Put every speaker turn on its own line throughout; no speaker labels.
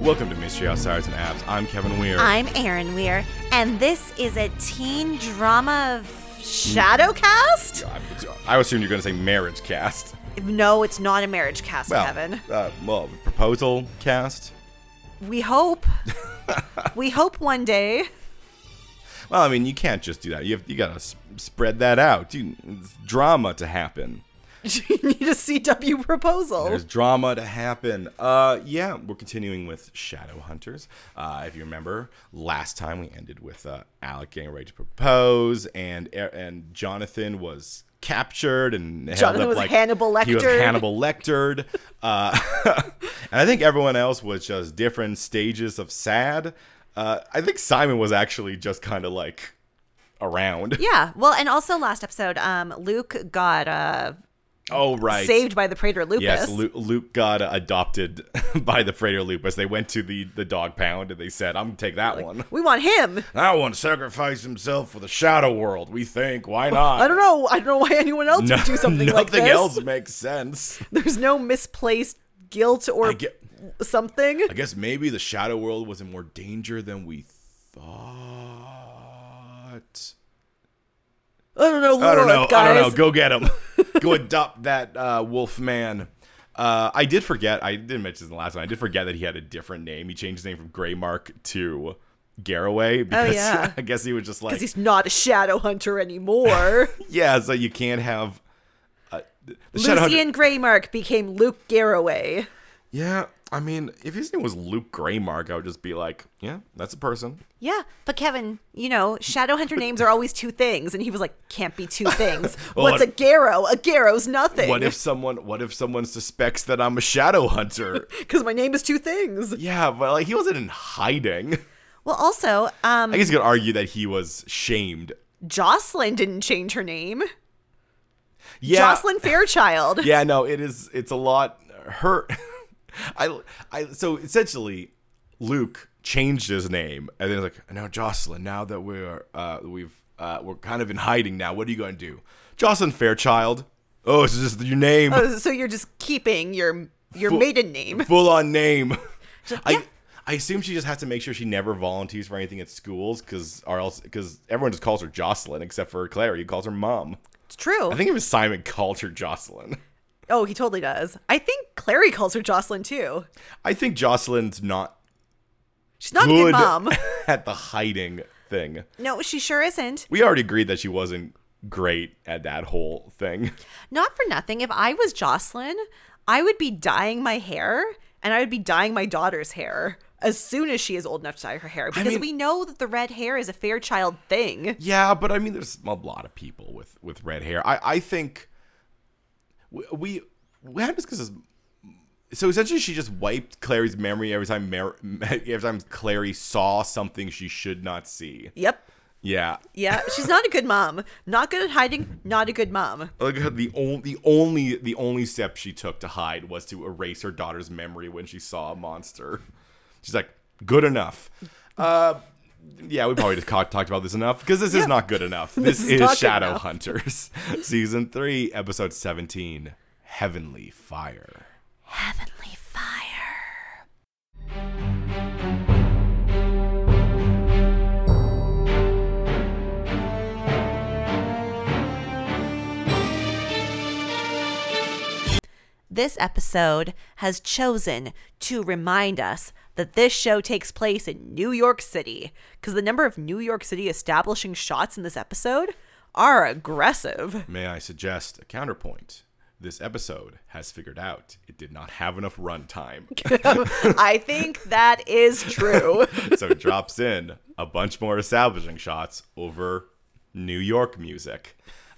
Welcome to Mystery Outsiders and Apps. I'm Kevin Weir.
I'm Aaron Weir, and this is a teen drama of Shadowcast?
I, I assume you're going to say marriage cast.
No, it's not a marriage cast,
Well,
Kevin.
Uh, well, proposal cast.
We hope. we hope one day.
Well, I mean, you can't just do that. You have, you got to s- spread that out. You, it's drama to happen.
you need a CW proposal.
There's drama to happen. Uh, yeah, we're continuing with Shadow Hunters. Uh, if you remember, last time we ended with uh, Alec getting ready to propose, and er, and Jonathan was captured and held
Jonathan
up
was
like
Hannibal
He was
Lectered.
Hannibal Lectered. Uh, and I think everyone else was just different stages of sad. Uh, I think Simon was actually just kind of like around.
yeah. Well, and also last episode, um, Luke got uh,
Oh right,
saved by the Praetor Lupus.
Yes, Luke, Luke got uh, adopted by the freighter Lupus. They went to the, the dog pound and they said, "I'm gonna take that one.
we want him.
That one sacrificed himself for the shadow world. We think why not?
I don't know. I don't know why anyone else would do something
nothing
like this.
else makes sense.
There's no misplaced guilt or
I get-
something.
I guess maybe the shadow world was in more danger than we thought.
I don't know. Lord,
I don't know.
Guys.
I don't know. Go get him. Go adopt that uh, wolf man. Uh, I did forget. I didn't mention this in the last one. I did forget that he had a different name. He changed his name from Greymark to Garraway because
Oh, yeah.
I guess he was just like,
because he's not a shadow hunter anymore.
yeah. So you can't have uh, the Shadow Hunter-
Lucian Greymark became Luke Garraway.
Yeah, I mean, if his name was Luke Greymark, I would just be like, yeah, that's a person.
Yeah, but Kevin, you know, shadow hunter names are always two things, and he was like, "Can't be two things.
Well,
What's a Garrow? A Garrow's nothing.
What if someone? What if someone suspects that I'm a shadow hunter?
Because my name is two things.
yeah, but like he wasn't in hiding.
Well, also, um,
I guess you could argue that he was shamed.
Jocelyn didn't change her name.
Yeah,
Jocelyn Fairchild.
yeah no it is it's a lot her i i so essentially luke changed his name and then like now jocelyn now that we're uh we've uh we're kind of in hiding now what are you gonna do jocelyn fairchild oh it's just your name
Oh, so you're just keeping your your
Full-
maiden name.
full on name
yeah.
i I assume she just has to make sure she never volunteers for anything at schools, because or else because everyone just calls her Jocelyn except for Claire, who calls her mom.
It's true.
I think even Simon called her Jocelyn.
oh, he totally does. I think Clary calls her Jocelyn too.
I think Jocelyn's not
She's not a good mom.
at the hiding thing.
No, she sure isn't.
We already agreed that she wasn't great at that whole thing.
Not for nothing. If I was Jocelyn, I would be dyeing my hair and I would be dyeing my daughter's hair as soon as she is old enough to dye her hair because
mean-
we know that the red hair is a Fairchild thing.
Yeah, but I mean, there's a lot of people with with red hair. I I think we we, we had this because. So essentially, she just wiped Clary's memory every time. Mar- every time Clary saw something she should not see.
Yep.
Yeah,
Yeah, she's not a good mom. Not good at hiding, not a good mom.
like her- Oh, the only the only the only step she took to hide was to erase her daughter's memory when she saw a monster. She's like, good enough. Uh, yeah, we probably just co- talked about this enough because this is not good enough. This,
is
is,
not good
Shadow
enough.
Hunters, season three, episode seventeen, Heavenly Fire.
Heavenly fire. This episode has chosen to remind us that this show takes place in New York City because the number of New York City establishing shots in this episode are aggressive.
May I suggest a counterpoint? This episode has figured out it did not have enough runtime,
I think that is true.
so it drops in a bunch more establishing shots over New York music.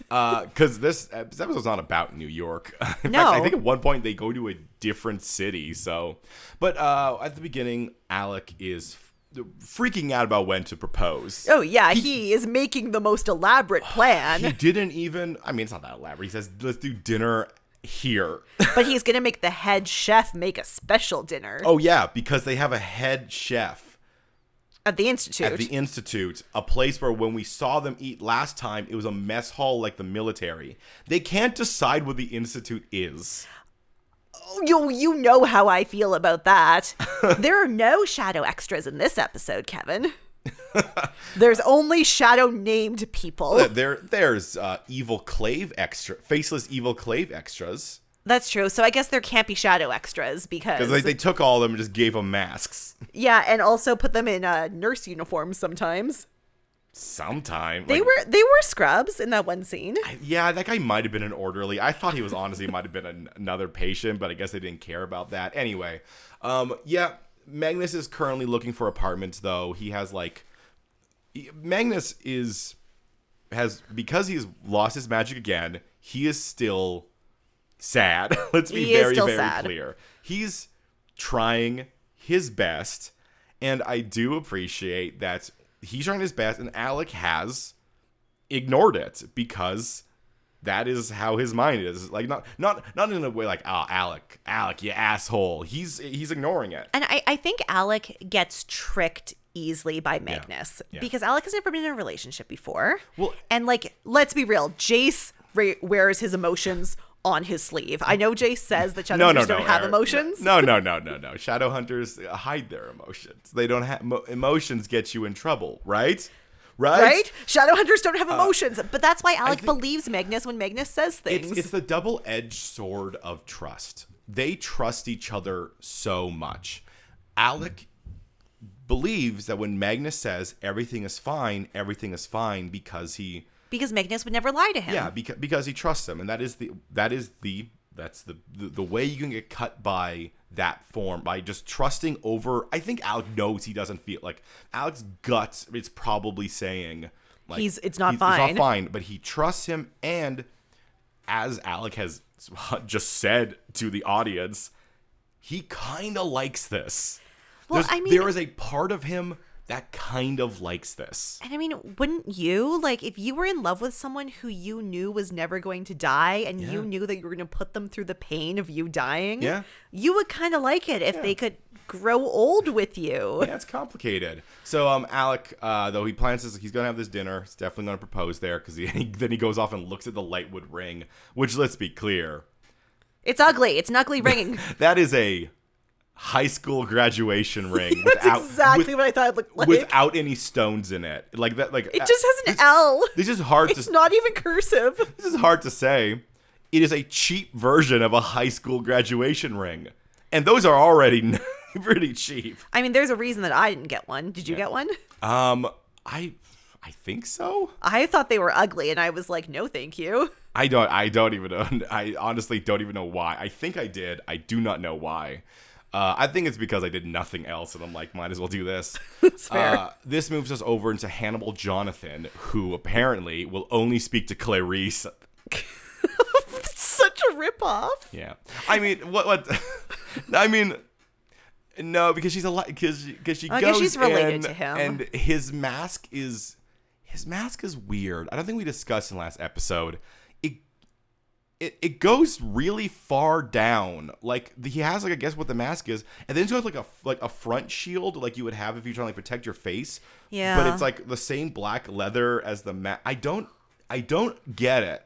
Because this, ep- this episode's not about New York. In fact, I
No.
think at one point they go to a different city. So, but uh, at the beginning, Alec is f- freaking out about when to propose.
Oh yeah, he, is making the most elaborate
He
plan,
didn't even. I mean, it's not that elaborate. He says, "Let's do dinner here."
but he's gonna make the head chef make a special dinner
oh yeah, because they have a head chef.
at the institute.
At the Institute, a place where when we saw them eat last time, it was a mess hall like the military. They can't decide what the Institute is.
Oh, you you know how I feel about that. there are no shadow extras in this episode, Kevin. There's only shadow named people.
There, there's uh, evil clave extra, faceless evil clave extras
That's true. So I guess there can't be shadow extras because
because like, they took all of them and just gave them masks.
yeah, and also put them in uh, nurse uniforms sometimes.
Sometime
They
like,
were they were scrubs in that one scene.
Yeah, that guy might have been an orderly. I thought he was honestly might have been an, another patient, but I guess they didn't care about that. Anyway, um, yeah, Magnus is currently looking for apartments though. He has like he- Magnus is has because he's lost his magic again. He is still sad. Let's be
He is
very
still
very
sad.
clear. He's trying his best, and I do appreciate that he's trying his best, and Alec has ignored it because that is how his mind is. Like not not not in a way like oh Alec Alec you asshole. He's he's ignoring it.
And I, I think Alec gets tricked easily by Magnus
Yeah.
because Alec has never been in a relationship before.
Well-
and like, let's be real, Jace re- wears his emotions on his sleeve. I know Jace says that shadow
No, no,
hunters
no.
don't have
Eric.
emotions.
No, no, no, no, no. Shadow hunters hide their emotions. They don't have mo- emotions. Get you in trouble, right? Right.
Right? Shadow hunters don't
Uh,
have emotions, but that's why Alec
think-
believes Magnus when Magnus says things.
It's, it's the double edged sword of trust. They trust each other so much. Alec believes that when Magnus says everything is fine, everything is fine because he
because Magnus would never lie to him.
yeah because because he trusts him and that is the that is the that's the, the the way you can get cut by that form by just trusting over i think alec knows he doesn't feel like alec's guts is probably saying like
He's- it's not fine."
it's not fine but he trusts him and as alec has just said to the audience he kind of likes this
Well,
There's-
I mean-
there is a part of him that kind of likes this
And I mean, wouldn't you? Like, if you were in love with someone who you knew was never going to die and you
Yeah.
knew that you were going to put them through the pain of you dying,
Yeah.
you would kind of like it if they could grow old with you.
yeah, it's complicated. So, um, Alec, uh, though he plans this, he's gonna have this dinner. He's definitely gonna propose there because he, then he goes off and looks at the Lightwood ring, which let's be clear,
It's ugly. It's an ugly ring.
that is a high school graduation ring
That's
without
exactly
with-
what I thought it looked like.
without any stones in it. Like that, like uh,
it just has an L.
This is hard
It's
to
not even cursive.
this is hard to say. It is a cheap version of a high school graduation ring, and those are already pretty cheap.
I mean, there's a reason that I didn't get one. Did you get one?
Um, I I think so.
I thought they were ugly and I was like, no, thank you.
I don't. I don't even know. I honestly don't even know why. I think I did. I do not know why. Uh, I think it's because I did nothing else, and I'm like, might as well do this.
It's fair.
Uh, this moves us over into Hannibal Jonathan, who apparently will only speak to Clarice.
It's such a ripoff.
Yeah. I mean, what? What? I mean, no, because she's a lot. Because because she
I guess
goes
she's related
in,
to him.
and his mask is his mask is weird. I don't think we discussed in last episode. It it, it goes really far down. Like the- he has like I guess what the mask is, and then it's got like a like a front shield like you would have if you're trying to like, protect your face. But
Yeah.
it's like the same black leather as the mask. I don't I don't get it.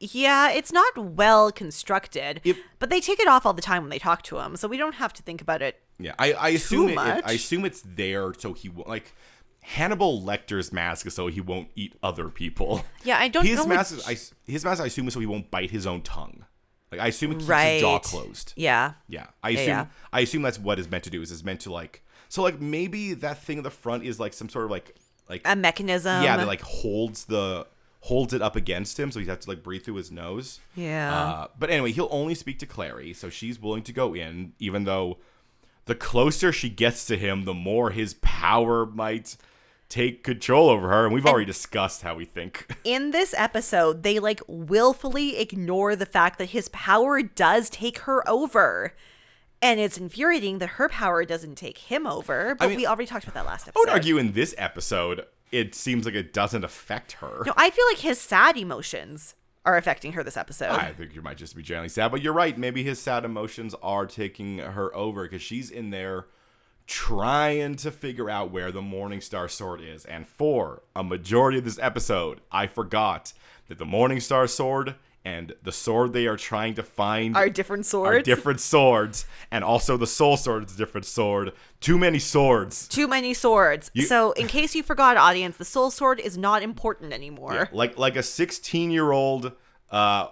Yeah, it's not well constructed,
It-
but they take it off all the time when they talk to him, so we don't have to think about it.
Yeah, I, I assume it, it-
much?
I assume it's there so he won't like Hannibal Lecter's mask is so he won't eat other people.
Yeah, I don't
his
know
mask.
which-
Is, I s- his mask. I assume is so he won't bite his own tongue. Like I assume it keeps his jaw closed.
Yeah.
Yeah, I assume
yeah.
I assume that's what is meant to do. Is is meant to like so like maybe that thing at the front is like some sort of like like
A mechanism.
yeah that like holds the holds it up against him so he has to like breathe through his nose.
Yeah.
Uh, but anyway, he'll only speak to Clary, so she's willing to go in, even though the closer she gets to him, the more his power might take control over her. And we've already discussed how we think.
In this episode, they like willfully ignore the fact that his power does take her over. And it's infuriating that her power doesn't take him over, but
mean-
we already talked about that last
I
episode.
would argue in this episode, it seems like it doesn't affect her.
No, I feel like his sad emotions are affecting her this episode.
I think you might just be generally sad, but you're right. Maybe his sad emotions are taking her over because she's in there trying to figure out where the Morningstar sword is. And for a majority of this episode, I forgot that the Morningstar sword and the sword they are trying to find
Our different
are
swords.
different swords, and also the soul sword is a different sword. Too many swords.
Too many swords. so, in case you forgot, audience, the soul sword is not important anymore.
Like like a 16 year old uh,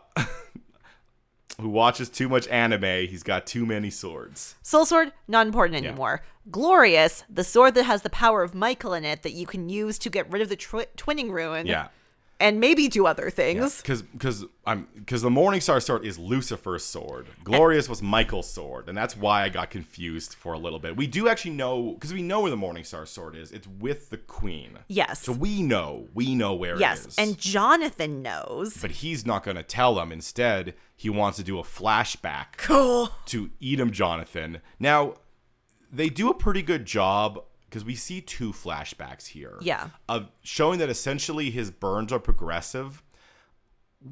who watches too much anime, he's got too many swords.
Soul sword, not important anymore. Glorious, the sword that has the power of Michael in it that you can use to get rid of the twi- twinning ruin.
Yeah.
And maybe do other things.
Because because I'm because the Morningstar sword is Lucifer's sword. Glorious was Michael's sword, and that's why I got confused for a little bit. We do actually know because we know where the Morningstar sword is. It's with the Queen.
Yes.
So we know we know where it
yes.
is.
And Jonathan knows.
but he's not going to tell them. Instead, he wants to do a flashback
Cool.
to Edom Jonathan. Now, they do a pretty good job because we see two flashbacks here.
Yeah.
Of showing that essentially his burns are progressive.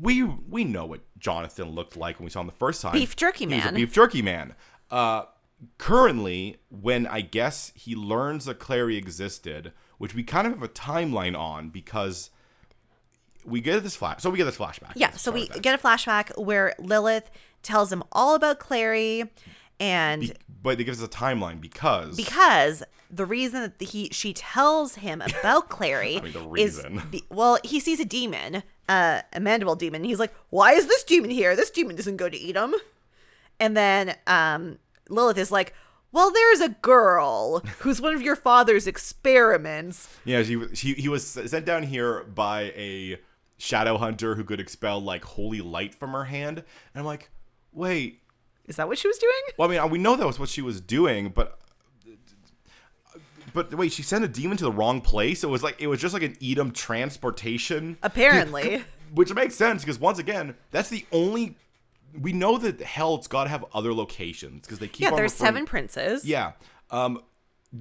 We we know what Jonathan looked like when we saw him the first time.
Beef jerky
He was a
man.
beef jerky man. Uh currently, when I guess he learns that Clary existed, which we kind of have a timeline on because we get this flash so we get this flashback.
Yeah,
Let's
so
start
we
with that.
get a flashback where Lilith tells him all about Clary and
but it gives us a timeline because
because the reason that he she tells him about Clary
mean, the
is
reason.
be- well, he sees a demon, uh, a mandible demon. and He's like, "Why is this demon here? This demon doesn't go to Edom." And then um, Lilith is like, "Well, there's a girl who's one of your father's experiments."
Yeah, she, she he was sent down here by a shadow hunter who could expel like holy light from her hand. And I'm like, wait.
Is that what she was doing?
Well, I mean, uh, we know that was what she was doing, but uh, but wait, she sent a demon to the wrong place. It was like it was just like an Edom transportation,
Apparently.
which makes sense because once again, that's the only we know that hell's got to have other locations because they keep
Yeah,
on
there's
referring-
seven princes.
yeah. Um,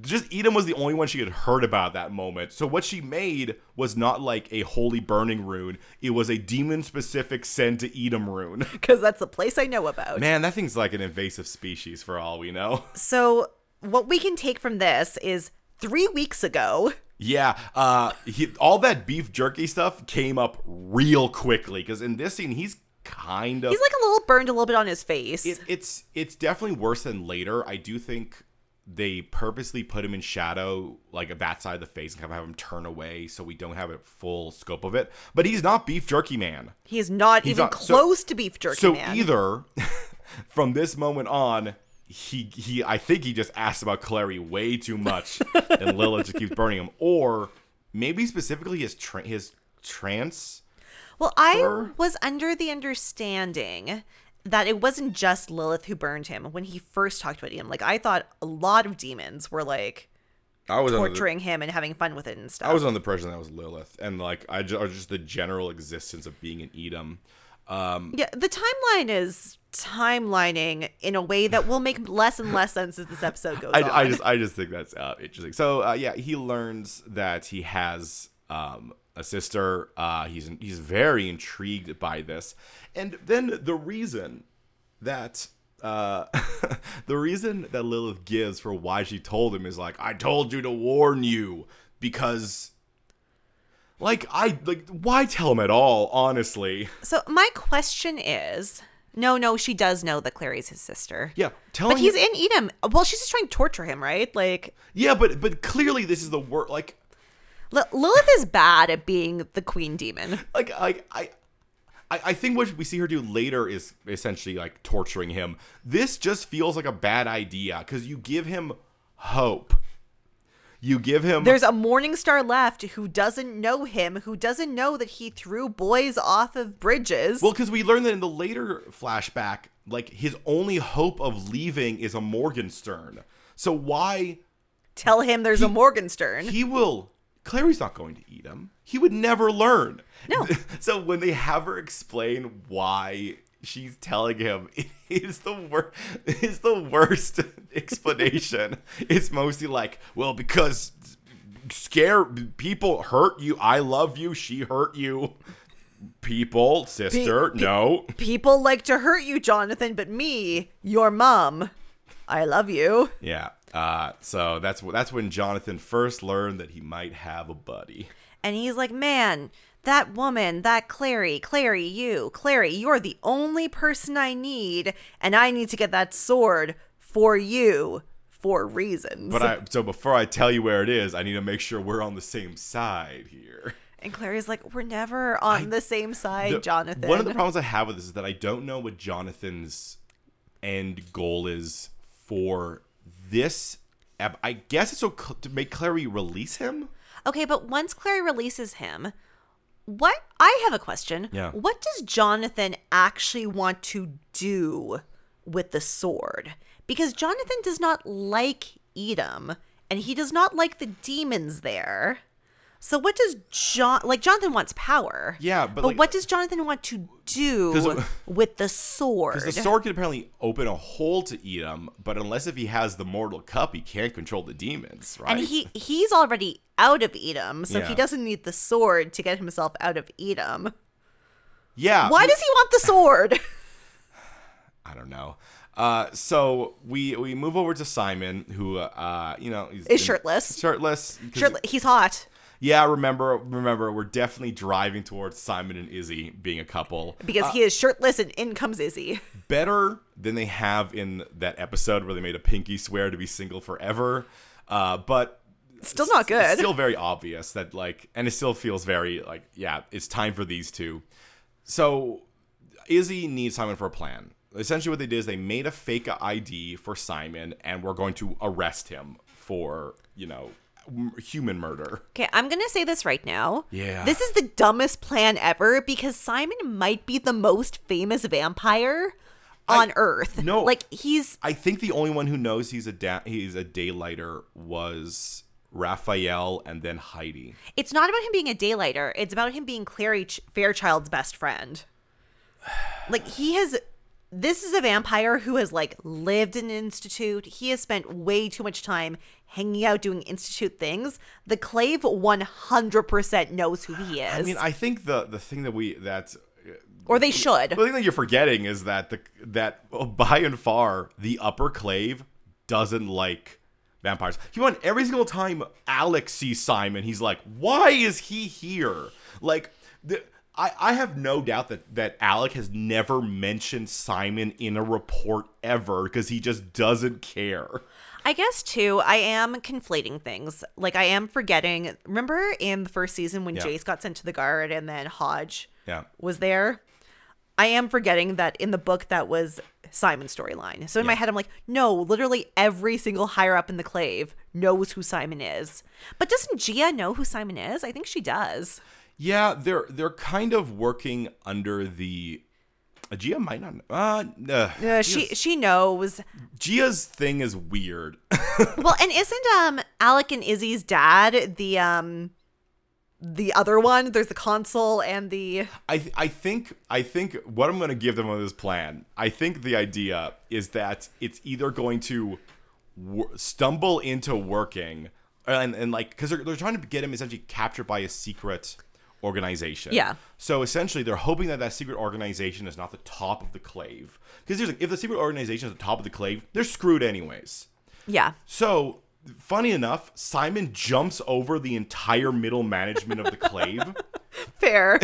just Edom was the only one she had heard about at that moment. So what she made was not like a holy burning rune. It was a demon specific send to Edom rune.
Because that's the place I know about.
Man, that thing's like an invasive species for all we know.
So, what we can take from this is three weeks ago,
Yeah, uh, he, all that beef jerky stuff came up real quickly because in this scene he's kind of
he's like a little burned a little bit on his face.
it, it's it's definitely worse than later. I do think they purposely put him in shadow, like that side of the face, and kind of have him turn away, so we don't have a full scope of it. But he's not beef jerky man.
He's not even
not- so-
close to beef jerky
so
man.
either from this moment on, he he, I think he just asks about Clary way too much, and Lilith just keeps burning him, or maybe specifically his tra- his trance.
well, I
Sure.
was under the understanding that it wasn't just Lilith who burned him when he first talked about him. Like I thought a lot of demons were like
I was
torturing him and having fun with it and stuff.
I was under the impression that was Lilith, and like I ju- or just the general existence of being an Edom.
yeah, the timeline is timelining in a way that will make less and less sense as this episode goes on.
I, I just I just think that's uh, interesting. So uh, yeah, he learns that he has um, a sister. Uh, he's he's very intrigued by this, and then the reason that uh, the reason that Lilith gives for why she told him is like I told you to warn you because. Like I like why tell him at all honestly
so my question is, no, no, she does know that Clary's his sister.
yeah tell
But
him
he's in Edom. Well, she's just trying to torture him, right? Like
yeah but but clearly this is the word like
L- Lilith is bad at being the queen demon.
like I I I I think what we see her do later is essentially like torturing him. This just feels like a bad idea because you give him hope. You give him
There's a Morningstar left who doesn't know him, who doesn't know that he threw boys off of bridges.
well because we learn that in the later flashback, like his only hope of leaving is a Morgenstern. So why
Tell him there's a Morgenstern.
he will Clary's not going to eat him. He would never learn.
No.
So when they have her explain why she's telling him it is the worst is the worst explanation. it's mostly like, well, because scare people hurt you, I love you, she hurt you. People, sister, no.
People like to hurt you, Jonathan, but me, your mom, I love you.
Yeah. Uh, so that's wh- that's when Jonathan first learned that he might have a buddy.
And he's like, man, that woman, that Clary, Clary, you, Clary, you're the only person I need, and I need to get that sword for you for reasons.
But I so before I tell you where it is, I need to make sure we're on the same side here.
and Clary's like, we're never on the same side,
The-
Jonathan.
One of the problems I have with this is that I don't know what Jonathan's end goal is for this. ep- I guess it's so cl- to make Clary release him.
okay, but once Clary releases him, what I have a question.
Yeah.
What does Jonathan actually want to do with the sword? Because Jonathan does not like Edom, and he does not like the demons there. So what does John like Jonathan wants power?
Yeah, but,
but
like-
what does Jonathan want to do
it-
with the sword?
The sword can apparently open a hole to Edom, but unless if he has the mortal cup, he can't control the demons, right?
And he he's already out of Edom, so
Yeah. Uh,
he doesn't need the sword to get himself out of Edom.
yeah.
Why does he want the sword?
I don't know. Uh, so we we move over to Simon, who uh, uh, you know he's
Is shirtless.
shirtless, 'cause-
Sure, he's hot
Yeah, remember, remember, we're definitely driving towards Simon and Izzy being a couple.
because he is shirtless, and in comes Izzy.
Better than they have in that episode where they made a pinky swear to be single forever. Uh, but
Still not
it's
good.
still very obvious that like, and it still feels very like, yeah, it's time for these two. So Izzy needs Simon for a plan. Essentially, what they did is they made a fake ID for Simon, and we're going to arrest him for you know m- human murder.
okay, I'm gonna say this right now.
Yeah.
this is the dumbest plan ever because Simon might be the most famous vampire on Earth.
no.
like he's
I think the only one who knows he's a da- he's a daylighter was Raphael and then Heidi.
It's not about him being a daylighter. It's about him being Clary Ch- Fairchild's best friend. Like he has this is a vampire who has like lived in an institute. He has spent way too much time hanging out doing institute things. The clave 100% knows who he is.
I mean, I think the the thing that we that's
or they should.
the thing that you're forgetting is that the that well, by and far the upper clave doesn't like vampires. He went every single time Alex sees Simon, he's like, "Why is he here?" Like the. I, I have no doubt that, that Alec has never mentioned Simon in a report ever because he just doesn't care.
I guess too, I am conflating things. Like I am forgetting. Remember in the first season when
Yeah.
Jace got sent to the guard and then Hodge
Yeah.
was there. I am forgetting that in the book that was Simon's storyline. So in my head, I'm like, no, literally every single higher up in the clave knows who Simon is. But doesn't Gia know who Simon is? I think she does.
Yeah, they're they're kind of working under the Gia might not. Uh, uh,
Uh, she she knows.
Gia's thing is weird.
Well, and isn't um Alec and Izzy's dad the um the other one? There's the consul and the
I th- I think I think what I'm gonna give them on this plan. I think the idea is that it's either going to w- stumble into working uh, and and like because they're they're trying to get him essentially captured by a secret organization.
Yeah.
So essentially, they're hoping that that secret organization is not the top of the clave. Because here's like, if the secret organization is the top of the clave, they're screwed anyways.
yeah.
So, funny enough, Simon jumps over the entire middle management of the clave.
Fair.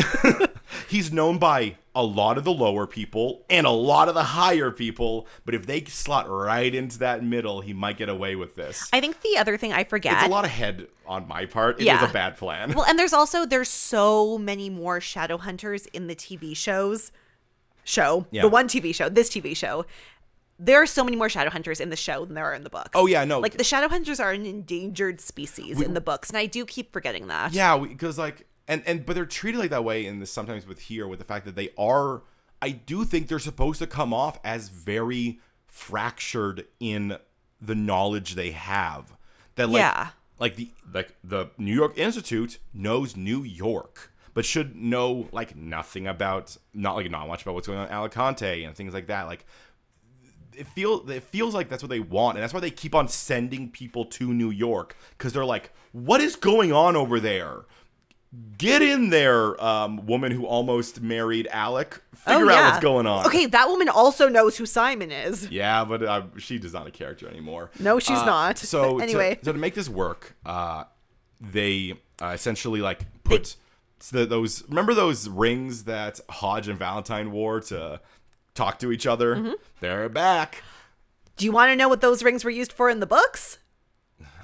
He's known by a lot of the lower people and a lot of the higher people, but if they slot right into that middle, he might get away with this.
I think the other thing I forget
It's a lot of head on my part. It is
Yeah.
a bad plan.
Well, and there's also there's so many more shadow hunters in the TV shows. Show
Yeah.
the one TV show, this TV show. There are so many more shadow hunters in the show than there are in the books.
Oh, yeah, no.
Like the shadow hunters are an endangered species in the books, and I do keep forgetting that.
Yeah, because like and and but they're treated like that way in this sometimes with here with the fact that they are I do think they're supposed to come off as very fractured in the knowledge they have. That like
Yeah.
like the like the New York Institute knows New York, but should know like nothing about not like not much about what's going on in Alicante and things like that. Like it feel it feels like that's what they want, and that's why they keep on sending people to New York because they're like, "What is going on over there? Get in there, um, woman who almost married Alec. Figure out what's going on."
Oh, Okay, that woman also knows who Simon is.
Yeah, but uh, she is not a character anymore.
No, she's
Uh,
not.
So
anyway,
to, so to make this work, uh, they uh, essentially like put it's the, those remember those rings that Hodge and Valentine wore to talk to each other?
Mm-hmm.
They're back.
Do you want to know what those rings were used for in the books?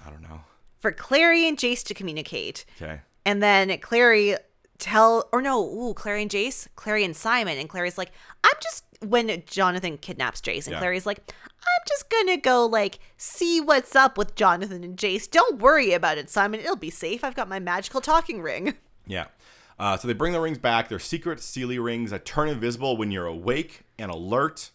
I don't know.
For Clary and Jace to communicate.
Okay.
And then Clary tell or no, ooh, Clary and Jace, Clary and Simon, and Clary's like, I'm just when Jonathan kidnaps Jace, and
Yeah.
Clary's like, I'm just gonna go like see what's up with Jonathan and Jace. Don't worry about it, Simon. It'll be safe. I've got my magical talking ring.
Yeah. Uh, so they bring the rings back. They're secret Sealy rings that turn invisible when you're awake and alert.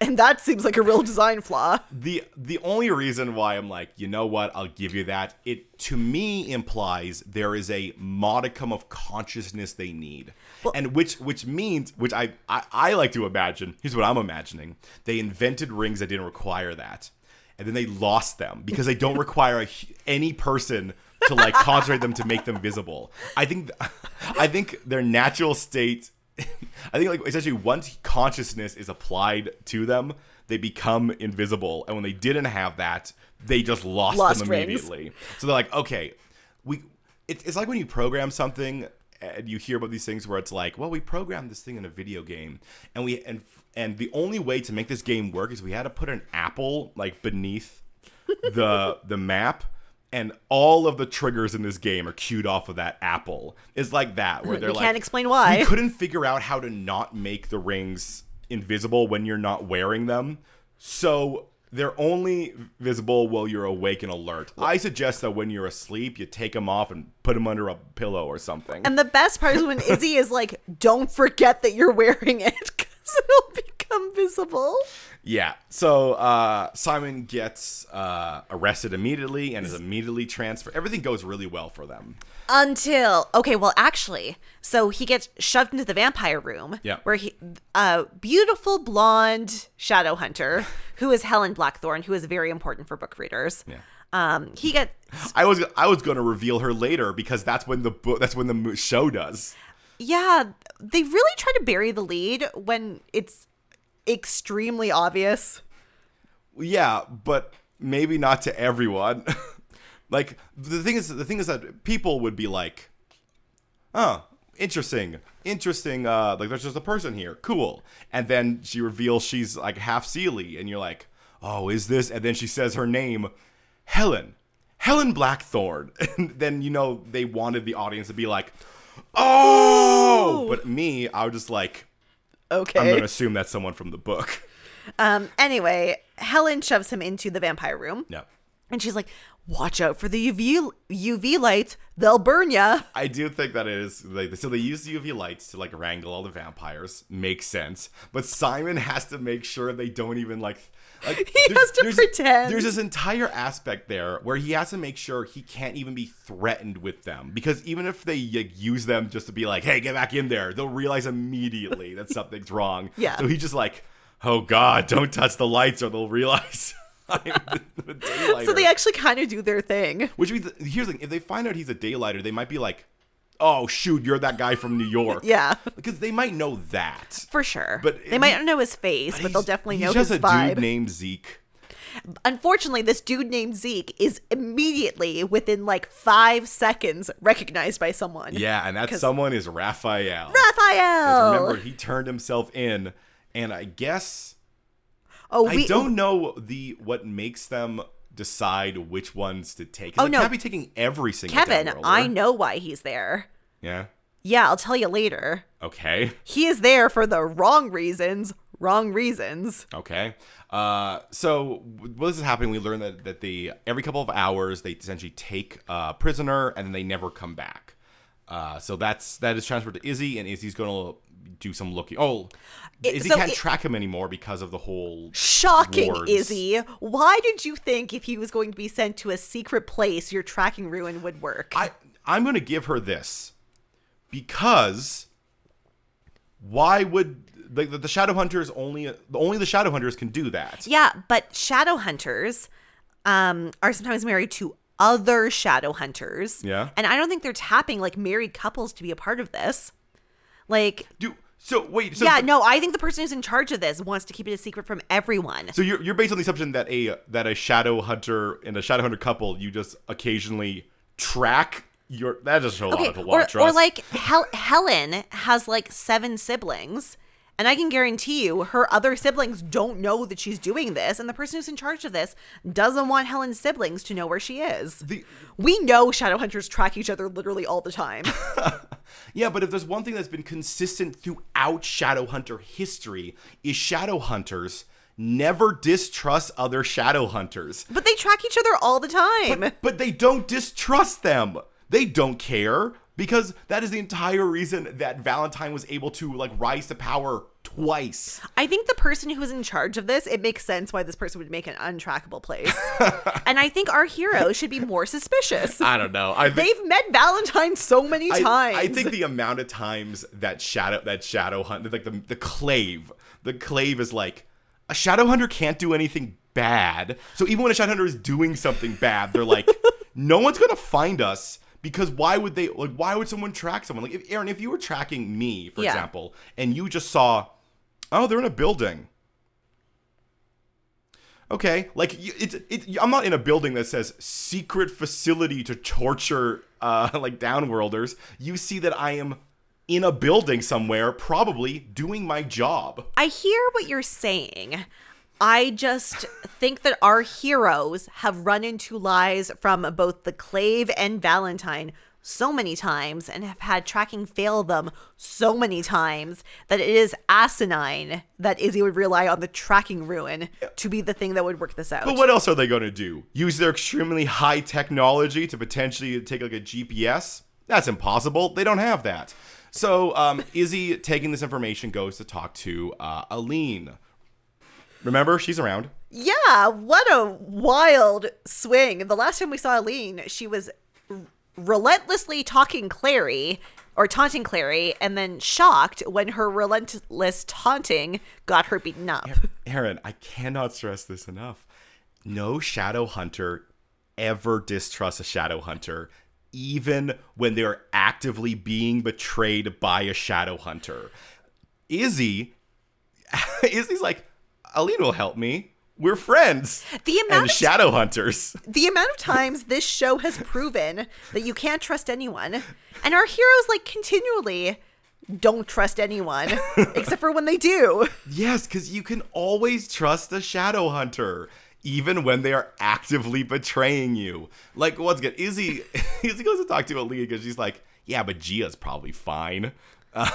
And that seems like a real design flaw.
The the only reason why I'm like, you know what, I'll give you that. It to me implies there is a modicum of consciousness they need. and which which means which I, I I like to imagine, here's what I'm imagining. They invented rings that didn't require that. And then they lost them because they don't require a, hu- any person to like concentrate them to make them visible. I think th- I think their natural state I think like essentially once consciousness is applied to them, they become invisible. And when they didn't have that, they just lost,
Lost
them
rings.
immediately. So they're like, okay, we. It, it's like when you program something and you hear about these things where it's like, well, we programmed this thing in a video game, and we and and the only way to make this game work is we had to put an apple like beneath the the map. And all of the triggers in this game are cued off of that apple. It's like that, where they're
we
like,
can't explain why.
we couldn't figure out how to not make the rings invisible when you're not wearing them. So they're only visible while you're awake and alert. I suggest that when you're asleep, you take them off and put them under a pillow or something.
And the best part is when Izzy is like, don't forget that you're wearing it because it'll become visible.
yeah. So uh, Simon gets uh, arrested immediately and is immediately transferred. Everything goes really well for them.
Until, okay, well, actually, so he gets shoved into the vampire room
Yeah.
where he, a beautiful blonde shadow hunter who is Helen Blackthorne, who is very important for book readers.
Yeah.
Um, he gets,
I was I was going to reveal her later because that's when the book that's when the mo- show does.
yeah, they really try to bury the lead when it's extremely obvious.
Yeah, but maybe not to everyone. like the thing is the thing is that people would be like, "Oh, interesting. Interesting uh like there's just a person here. Cool." And then she reveals she's like half Sealy and you're like, "Oh, is this?" And then she says her name, Helen. Helen Blackthorne. And then you know they wanted the audience to be like, "Oh!"
Ooh.
But me, I was just like,
Okay.
I'm going to assume that's someone from the book.
Um, anyway, Helen shoves him into the vampire room.
No.
And she's like, watch out for the UV, UV lights. They'll burn ya.
I do think that it is like so they use UV lights to like wrangle all the vampires. Makes sense. But Simon has to make sure they don't even like like
He
there's-
has to
there's-
pretend.
There's this entire aspect there where he has to make sure he can't even be threatened with them because even if they like, use them just to be like, "Hey, get back in there," they'll realize immediately that something's wrong.
Yeah.
So he just like, "Oh God, don't touch the lights, or they'll realize." I'm the
So
daylighter."
they actually kind of do their thing.
Which means here's the thing: if they find out he's a daylighter, they might be like, "Oh shoot, you're that guy from New York."
Yeah,
because they might know that.
for sure.
But
they might not know his face, but, they'll
He's-
definitely
he's
know
just
his
a
vibe.
dude named Zeke.
Unfortunately, this dude named Zeke is immediately within like five seconds recognized by someone.
Yeah, and that someone is Raphael. 'Cause
Raphael.
Remember, he turned himself in, and I guess
oh,
I don't know the what makes them decide which ones to take. 'Cause
Oh,
they
no.
can't be taking every single
Kevin,
Dead Roller.
I know why he's there.
Yeah.
Yeah, I'll tell you later.
Okay.
He is there for the wrong reasons. Wrong reasons.
Okay. Uh, so w- what is happening? We learn that that the every couple of hours they essentially take a prisoner and then they never come back. Uh, so that's that is transferred to Izzy, and Izzy's gonna do some looking. Oh,
It-
Izzy
so
can't
it-
track him anymore because of the whole
Shocking,
wards.
Izzy. Why did you think if he was going to be sent to a secret place, your tracking ruin would work?
I I'm gonna give her this because why would like the, the shadow hunters only only the shadow hunters can do that?
yeah, but shadow hunters um, are sometimes married to other shadow hunters.
Yeah.
And I don't think they're tapping like married couples to be a part of this. Like,
Do so. Wait. So
yeah, no, I think the person who's in charge of this wants to keep it a secret from everyone.
So you're, you're based on the assumption that a that a shadow hunter and a shadow hunter couple you just occasionally track you're that doesn't show a lot
Okay,
of love
or,
and
or
trust.
like Hel- Helen has like seven siblings, and I can guarantee you her other siblings don't know that she's doing this, and the person who's in charge of this doesn't want Helen's siblings to know where she is.
The-
we know Shadowhunters track each other literally all the time.
yeah, but if there's one thing that's been consistent throughout Shadowhunter history, is Shadowhunters never distrust other Shadowhunters.
but they track each other all the time.
But they don't distrust them. They don't care because that is the entire reason that Valentine was able to like rise to power twice.
I think the person who was in charge of this, it makes sense why this person would make an untrackable place. and I think our hero should be more suspicious.
I don't know. I think
They've met Valentine so many
I-
times.
I, think the amount of times that shadow that shadow hunt like the the clave the clave is like a shadow hunter can't do anything bad. So even when a shadow hunter is doing something bad, they're like, no one's gonna find us because why would they like why would someone track someone? Like if Aaron, if you were tracking me, for
Yeah.
example, and you just saw, oh, they're in a building. Okay, like you- it's it. I'm not in a building that says secret facility to torture, uh, like downworlders. You see that I am in a building somewhere, probably doing my job.
I hear what you're saying. I just think that our heroes have run into lies from both the Clave and Valentine so many times and have had tracking fail them so many times that it is asinine that Izzy would rely on the tracking ruin to be the thing that would work this out.
But what else are they going to do? Use their extremely high technology to potentially take like a GPS? That's impossible. They don't have that. So um, Izzy, taking this information, goes to talk to uh, Aline. Remember, she's around.
yeah, what a wild swing. The last time we saw Aline, she was r- relentlessly talking Clary or taunting Clary and then shocked when her relentless taunting got her beaten up.
Aaron, I cannot stress this enough. No shadow hunter ever distrusts a shadow hunter, even when they're actively being betrayed by a shadow hunter. Izzy, Izzy's like, Aline will help me. We're friends.
The amount
and
of
shadow hunters.
the amount of times this show has proven that you can't trust anyone and our heroes like continually don't trust anyone except for when they do.
Yes, because you can always trust a shadow hunter, even when they are actively betraying you. Like once again, Izzy, Izzy goes to talk to Aline because she's like, "Yeah, but Gia's probably fine." Uh,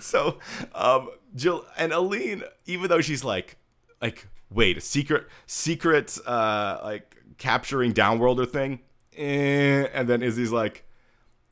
so, um, Jill and Aline, even though she's like, like, wait, a secret, secret, uh, like capturing downworlder thing, eh, and then Izzy's like,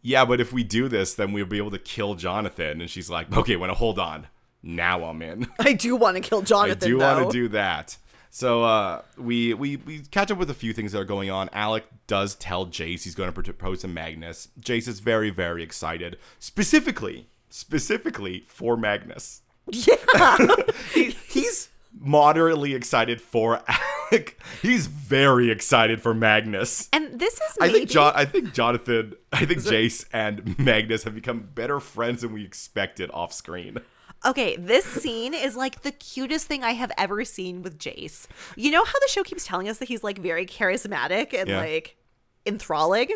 yeah, but if we do this, then we'll be able to kill Jonathan. And she's like, okay, well, now hold on. Now I'm in.
I do want to kill
I
Jonathan
do
though.
want to do that. So uh, we, we we catch up with a few things that are going on. Alec does tell Jace he's going to propose to Magnus. Jace is very very excited, specifically specifically for Magnus.
yeah.
He, he's moderately excited for Alec. He's very excited for Magnus.
And this is
I
maybe
think John. I think Jonathan. I think Jace and Magnus have become better friends than we expected off screen.
Okay, this scene is like the cutest thing I have ever seen with Jace. You know how the show keeps telling us that he's like very charismatic and
Yeah.
like enthralling?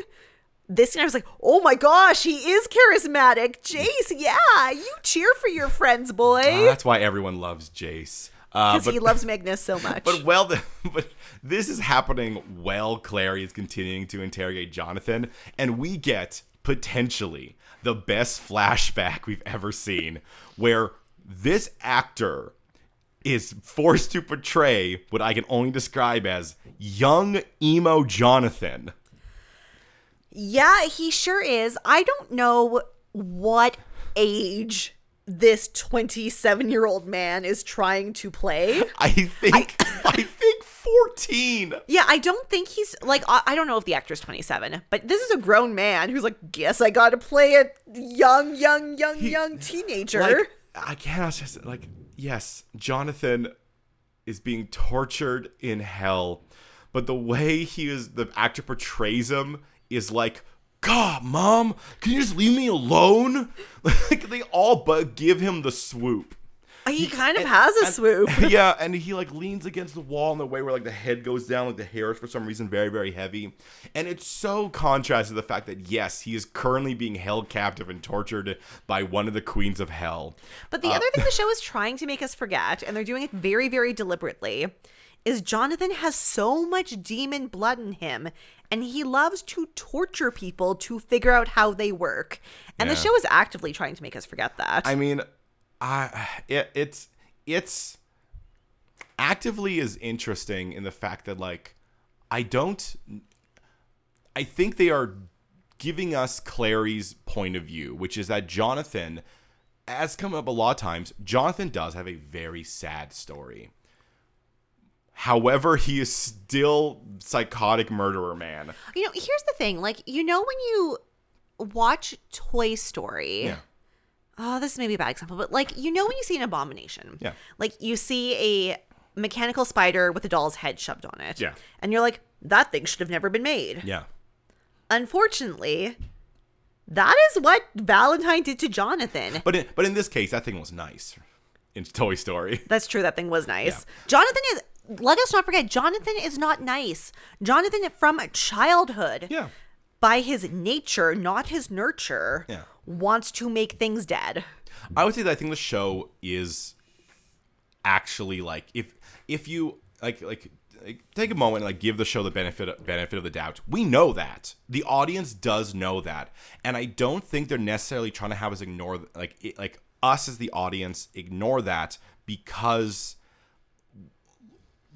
This scene, I was like, oh my gosh, he is charismatic. Jace, yeah, you cheer for your friends, boy.
That's why everyone loves Jace. Uh,
Because
but
he loves Magnus so much.
but well, the, but this is happening while Clary is continuing to interrogate Jonathan, and we get potentially the best flashback we've ever seen, where this actor is forced to portray what I can only describe as young emo Jonathan.
yeah, he sure is. I don't know what age this 27 year old man is trying to play.
I think I think 14.
Yeah, I don't think he's like I I don't know if the actor's 27, but this is a grown man who's like, "Guess I got to play a young, young, young, young teenager."
Like, I cannot just like yes, Jonathan is being tortured in hell, but the way he is the actor portrays him is like God, mom, can you just leave me alone? Like they all but give him the swoop.
He kind of has a swoop.
yeah, and he like leans against the wall in the way where like the head goes down, like the hair is for some reason very, very heavy. And it's so contrasted to the fact that yes, he is currently being held captive and tortured by one of the queens of hell.
But
Uh.
the other thing the show is trying to make us forget, and they're doing it very, very deliberately, is Jonathan has so much demon blood in him, and he loves to torture people to figure out how they work. And the
Yeah.
show is actively trying to make us forget that.
I mean, I it, it's it's actively is interesting in the fact that like I don't I think they are giving us Clary's point of view, which is that Jonathan as come up a lot of times, Jonathan does have a very sad story. However, he is still psychotic murderer man.
you know, here's the thing like, you know, when you watch Toy Story. oh, this may be a bad example, but like you know when you see an abomination,
Yeah.
like you see a mechanical spider with a doll's head shoved on it,
Yeah.
and you're like, that thing should have never been made.
Yeah.
Unfortunately, that is what Valentine did to Jonathan.
But in, but in this case, that thing was nice in Toy Story.
That's true. That thing was nice. Jonathan is. Let us not forget, Jonathan is not nice. Jonathan from childhood,
Yeah.
by his nature, not his nurture,
Yeah.
wants to make things dead.
I would say that I think the show is actually like if if you like like like, take a moment and like give the show the benefit benefit of the doubt. We know that the audience does know that, and I don't think they're necessarily trying to have us ignore like it, like us as the audience ignore that because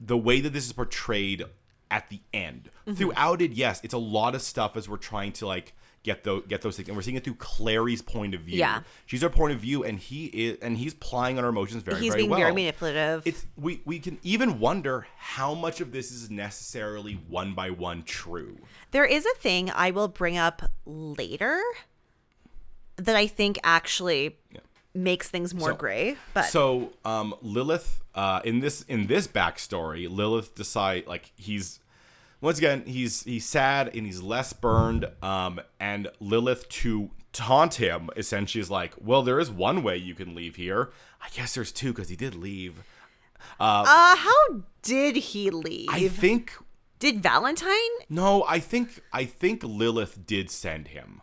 the way that this is portrayed at the end
Mm-hmm.
throughout it yes it's a lot of stuff as we're trying to like get those get those things and we're seeing it through clary's point of view
Yeah.
she's her point of view and he is and he's plying on her emotions very
He's
very
being
well
very manipulative.
it's we we can even wonder how much of this is necessarily one by one true
There is a thing I will bring up later that I think actually makes things more
So-
gray. But
so um lilith uh in this in this backstory lilith decide like he's once again he's he's sad and he's less burned um and lilith to taunt him essentially is like well there is one way you can leave here i guess there's two because he did leave
uh, how did he leave?
i think
did Valentine?
no i think i think lilith did send him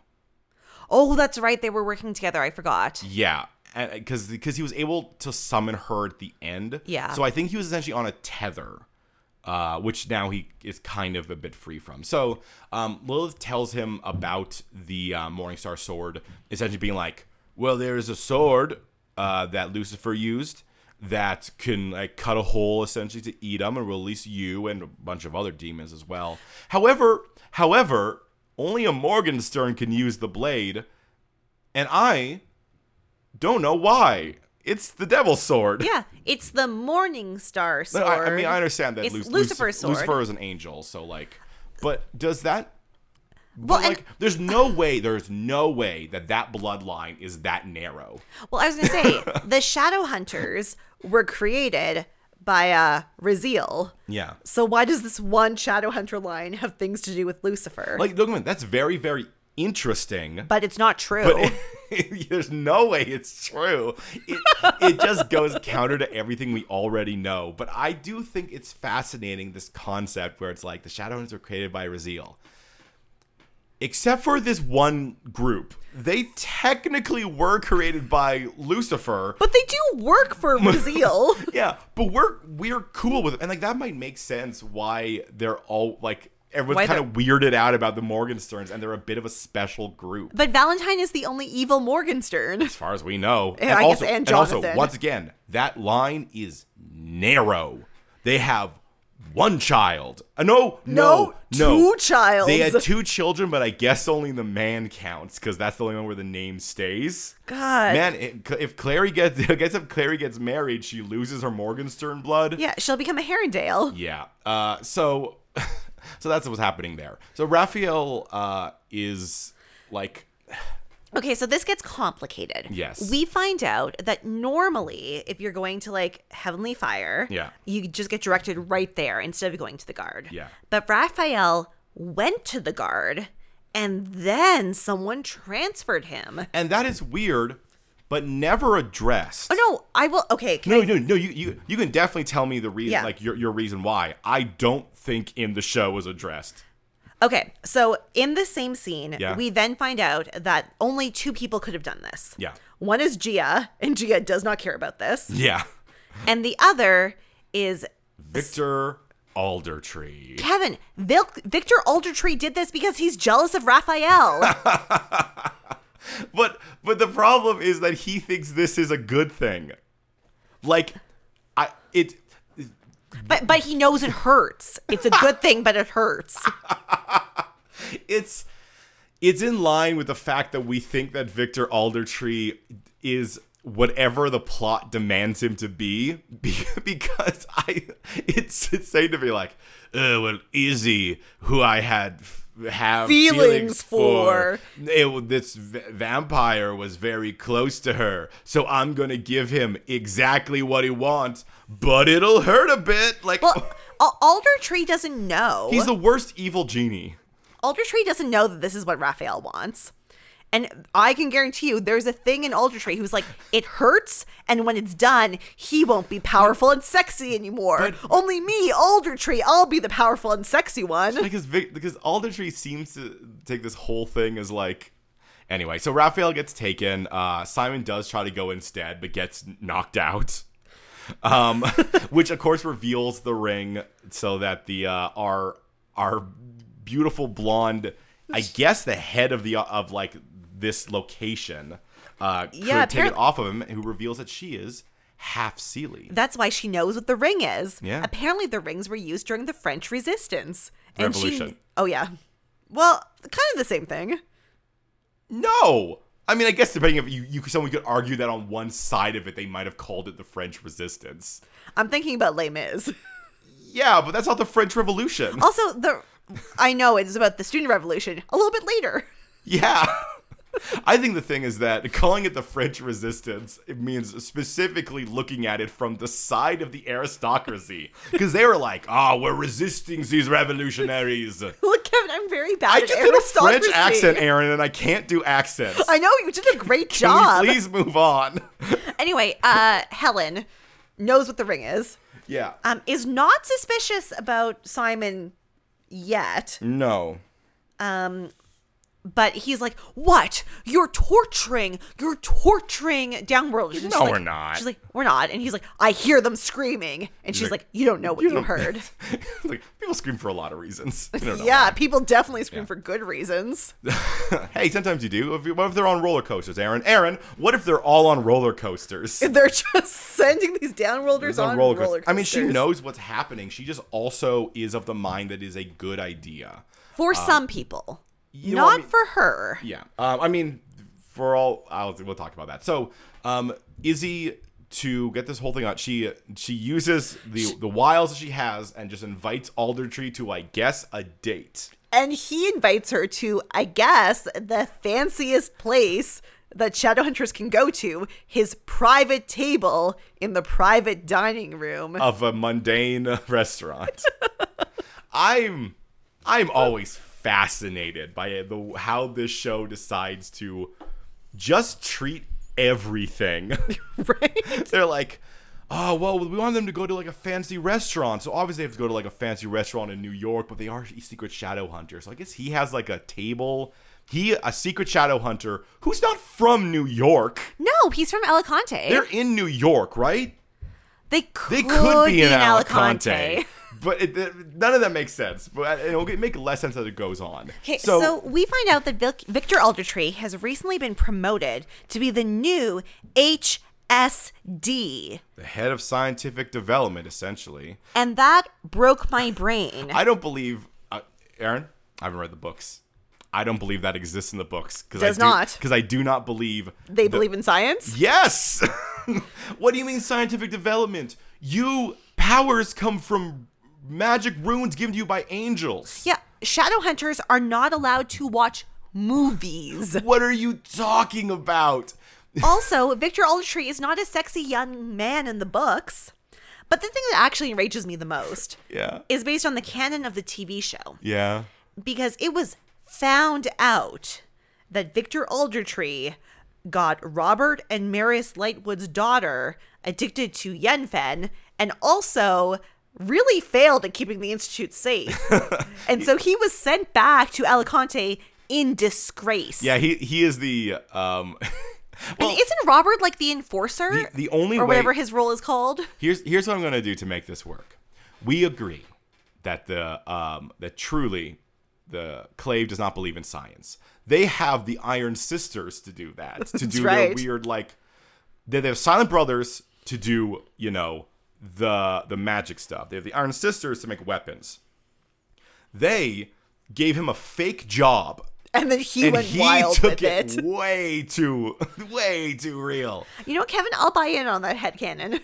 Oh, that's right. They were working together. I forgot.
Yeah, because because he was able to summon her at the end.
Yeah.
So I think he was essentially on a tether, uh, which now he is kind of a bit free from. So um, Lilith tells him about the uh, Morningstar sword, essentially being like, "Well, there is a sword uh, that Lucifer used." That can like cut a hole essentially to eat them and release you and a bunch of other demons as well. However, however, only a Morgenstern can use the blade, and I don't know why. It's the devil's sword.
Yeah, it's the Morning Star sword.
No, I, I mean, I understand that
It's
Luc-
Lucifer's
Luc-
sword.
Lucifer is an angel, so like, but does that? but,
well, and-
like, there's no way. There's no way that that bloodline is that narrow.
well, I was gonna say the Shadow Hunters were created by uh Raziel.
Yeah.
So why does this one Shadow Hunter line have things to do with Lucifer?
Like, look, man, that's very, very interesting.
but it's not true.
But there's no way it's true. It, it just goes counter to everything we already know. But I do think it's fascinating this concept where it's like the Shadowhunters were created by Raziel. Except for this one group, they technically were created by Lucifer.
But they do work for Raziel.
Yeah, but we're we're cool with it, and like that might make sense why they're all like
Why
everyone's kind of weirded out about the Morgensterns, and they're a bit of a special group.
but Valentine is the only evil Morgenstern.
as far as we know.
Yeah, I guess- and
also,
Jonathan.
once again, that line is narrow. They have one child. Uh, no, no,
No,
no.
two childs.
They had two children, but I guess only the man counts because that's the only one where the name stays.
God.
Man, it, if Clary gets, I guess if Clary gets married, she loses her Morgenstern blood.
Yeah, she'll become a Herondale.
Yeah. Uh, so, so that's what's happening there. So Raphael uh, is like
Okay, so this gets complicated.
Yes.
We find out that normally if you're going to like Heavenly Fire,
Yeah.
you just get directed right there instead of going to the guard.
Yeah.
But Raphael went to the guard and then someone transferred him.
And that is weird but never addressed.
Oh no, I will. Okay, can
No,
I,
no, no. You, you, you can definitely tell me the reason,
Yeah.
like your, your reason why. I don't think in the show was addressed.
okay. So in the same scene,
Yeah.
we then find out that only two people could have done this.
Yeah.
One is Gia, and Gia does not care about this,
Yeah.
and the other is
Victor Aldertree.
Kevin. Vil- Victor Aldertree did this because he's jealous of Raphael.
But but the problem is that he thinks this is a good thing. Like I it
But but he knows it hurts. It's a good thing, but it hurts.
it's it's in line with the fact that we think that Victor Aldertree is whatever the plot demands him to be be- because I it's insane to be like oh well Izzy who I had f- have
Feelings for."
it, w- this v- vampire was very close to her so I'm gonna give him exactly what he wants but it'll hurt a bit like
Well, Al- Alder Tree doesn't know.
he's the worst evil genie
Alder Tree doesn't know that this is what Raphael wants. And I can guarantee you there's a thing in Alder Tree who's like, it hurts, and when it's done, he won't be powerful and sexy anymore. Only me, Alder Tree, I'll be the powerful and sexy one.
because Vic, because Aldertree seems to take this whole thing as like anyway. So Raphael gets taken. Uh, Simon does try to go instead, but gets knocked out. Um, which of course reveals the ring, so that the uh, our our beautiful blonde, I guess the head of the of like this location, uh, could
Yeah,
take it
apparent-
off of him, who reveals that she is half Sealy.
That's why she knows what the ring is.
Yeah.
Apparently the rings were used during the French resistance. And she
Revolution.
Oh yeah. Well, kind of the same thing.
No. I mean, I guess depending if you, you someone could argue that on one side of it they might have called it the French Resistance.
I'm thinking about Les Mis.
Yeah, but that's not the French Revolution.
Also, the I know it's about the student revolution a little bit later.
Yeah. I think the thing is that calling it the French Resistance it means specifically looking at it from the side of the aristocracy because they were like, "Ah, we're resisting these revolutionaries."
Look, Kevin, I'm very bad
I
at
just did a French
aristocracy.
accent, Aaron, and I can't do accents.
I know you did a great
Can we
job.
please move on?
Anyway, uh, Helen knows what the ring is.
yeah.
Um, is not suspicious about Simon yet,
No.
but he's like, "What? You're torturing! You're torturing Downworld!" And she's
No,
like-
we're not.
She's like, "We're not," and he's like, "I hear them screaming," and she's
like,
like, "You don't know what
you
you,
don't-
heard."
like people scream for a lot of reasons. You don't know
Yeah, people definitely scream
Yeah.
for good reasons.
hey, sometimes you do. If you- What if they're on roller coasters, Aaron? Aaron, what if they're all on roller coasters?
They're just sending these downworlders
They're
on, roller,
coast-
coasters.
I mean, she knows what's happening. She just also is of the mind that is a good idea.
For some people,
Uh, you know what I
not
mean?
for her.
Yeah. Um, I mean, for all, I'll, we'll talk about that. So, um, Izzy, to get this whole thing out, she she uses the the wiles that she has and just invites Aldertree to, I guess, a date.
And he invites her to, I guess, the fanciest place that Shadowhunters can go to his private table in the private dining room.
of a mundane restaurant. I'm I'm always fascinated by the how this show decides to just treat everything.
right?
They're like, "Oh, well, we want them to go to like a fancy restaurant." So obviously they have to go to like a fancy restaurant in New York, but they are secret shadow hunters. So I guess he has like a table. He a secret shadow hunter who's not from New York.
No, he's from Alicante.
They're in New York, right?
they could,
They could be, in
in
an Alicante. But it, th- none of that makes sense. But it'll get- make less sense as it goes on.
Okay, so, we find out that Vic- Victor Aldertree has recently been promoted to be the new HSD,
the head of scientific development, essentially.
and that broke my brain.
I don't believe, uh, Aaron. I haven't read the books. I don't believe that exists in the books. Cause
Does
I do,
not.
Because I do not believe.
they believe in science.
Yes. what do you mean scientific development? You powers come from magic runes given to you by angels.
Yeah, shadow hunters are not allowed to watch movies.
What are you talking about?
also, Victor Aldertree is not a sexy young man in the books. But the thing that actually enrages me the most
Yeah.
is based on the canon of the TV show
Yeah.
because it was found out that Victor Aldertree got Robert and Marius Lightwood's daughter addicted to Yenfen and also really failed at keeping the Institute safe. and so he was sent back to Alicante in disgrace.
Yeah, he he is the um well,
and isn't Robert like the enforcer?
the, the only
or
way
whatever his role is called?
here's here's what I'm gonna do to make this work. We agree that the um that truly the Clave does not believe in science. They have the Iron Sisters to do that, to do
right.
their weird like they they have Silent Brothers to do, you know, the the magic stuff. They have the Iron Sisters to make weapons. They gave him a fake job.
And then he
and
went
he
wild
took
with it.
it way too way too real.
You know, what, Kevin, I'll buy in on that headcanon.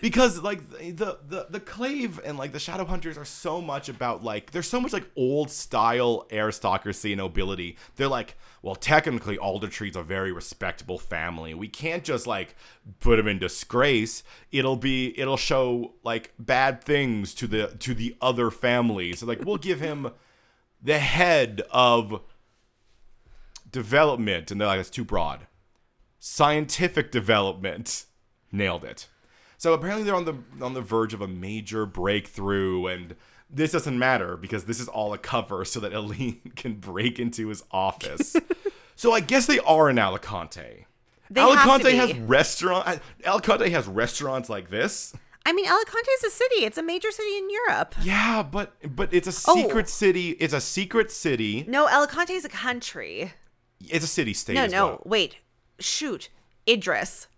because like the the the clave and like the shadow hunters are so much about like there's so much like old style aristocracy and nobility they're like well technically aldertree's a very respectable family we can't just like put them in disgrace it'll be it'll show like bad things to the to the other family so like we'll give him the head of development and they're like it's too broad scientific development nailed it so apparently they're on the on the verge of a major breakthrough and this doesn't matter because this is all a cover so that Aline can break into his office. so I guess they are in Alicante.
They have to
Alicante
be.
has restaurant uh, Alicante has restaurants like this.
I mean, Alicante is a city. It's a major city in Europe.
Yeah, but but it's a
Oh.
secret city. It's a secret city.
No, Alicante is a country.
It's a city state.
No,
as
no,
well.
wait. Shoot. Idris.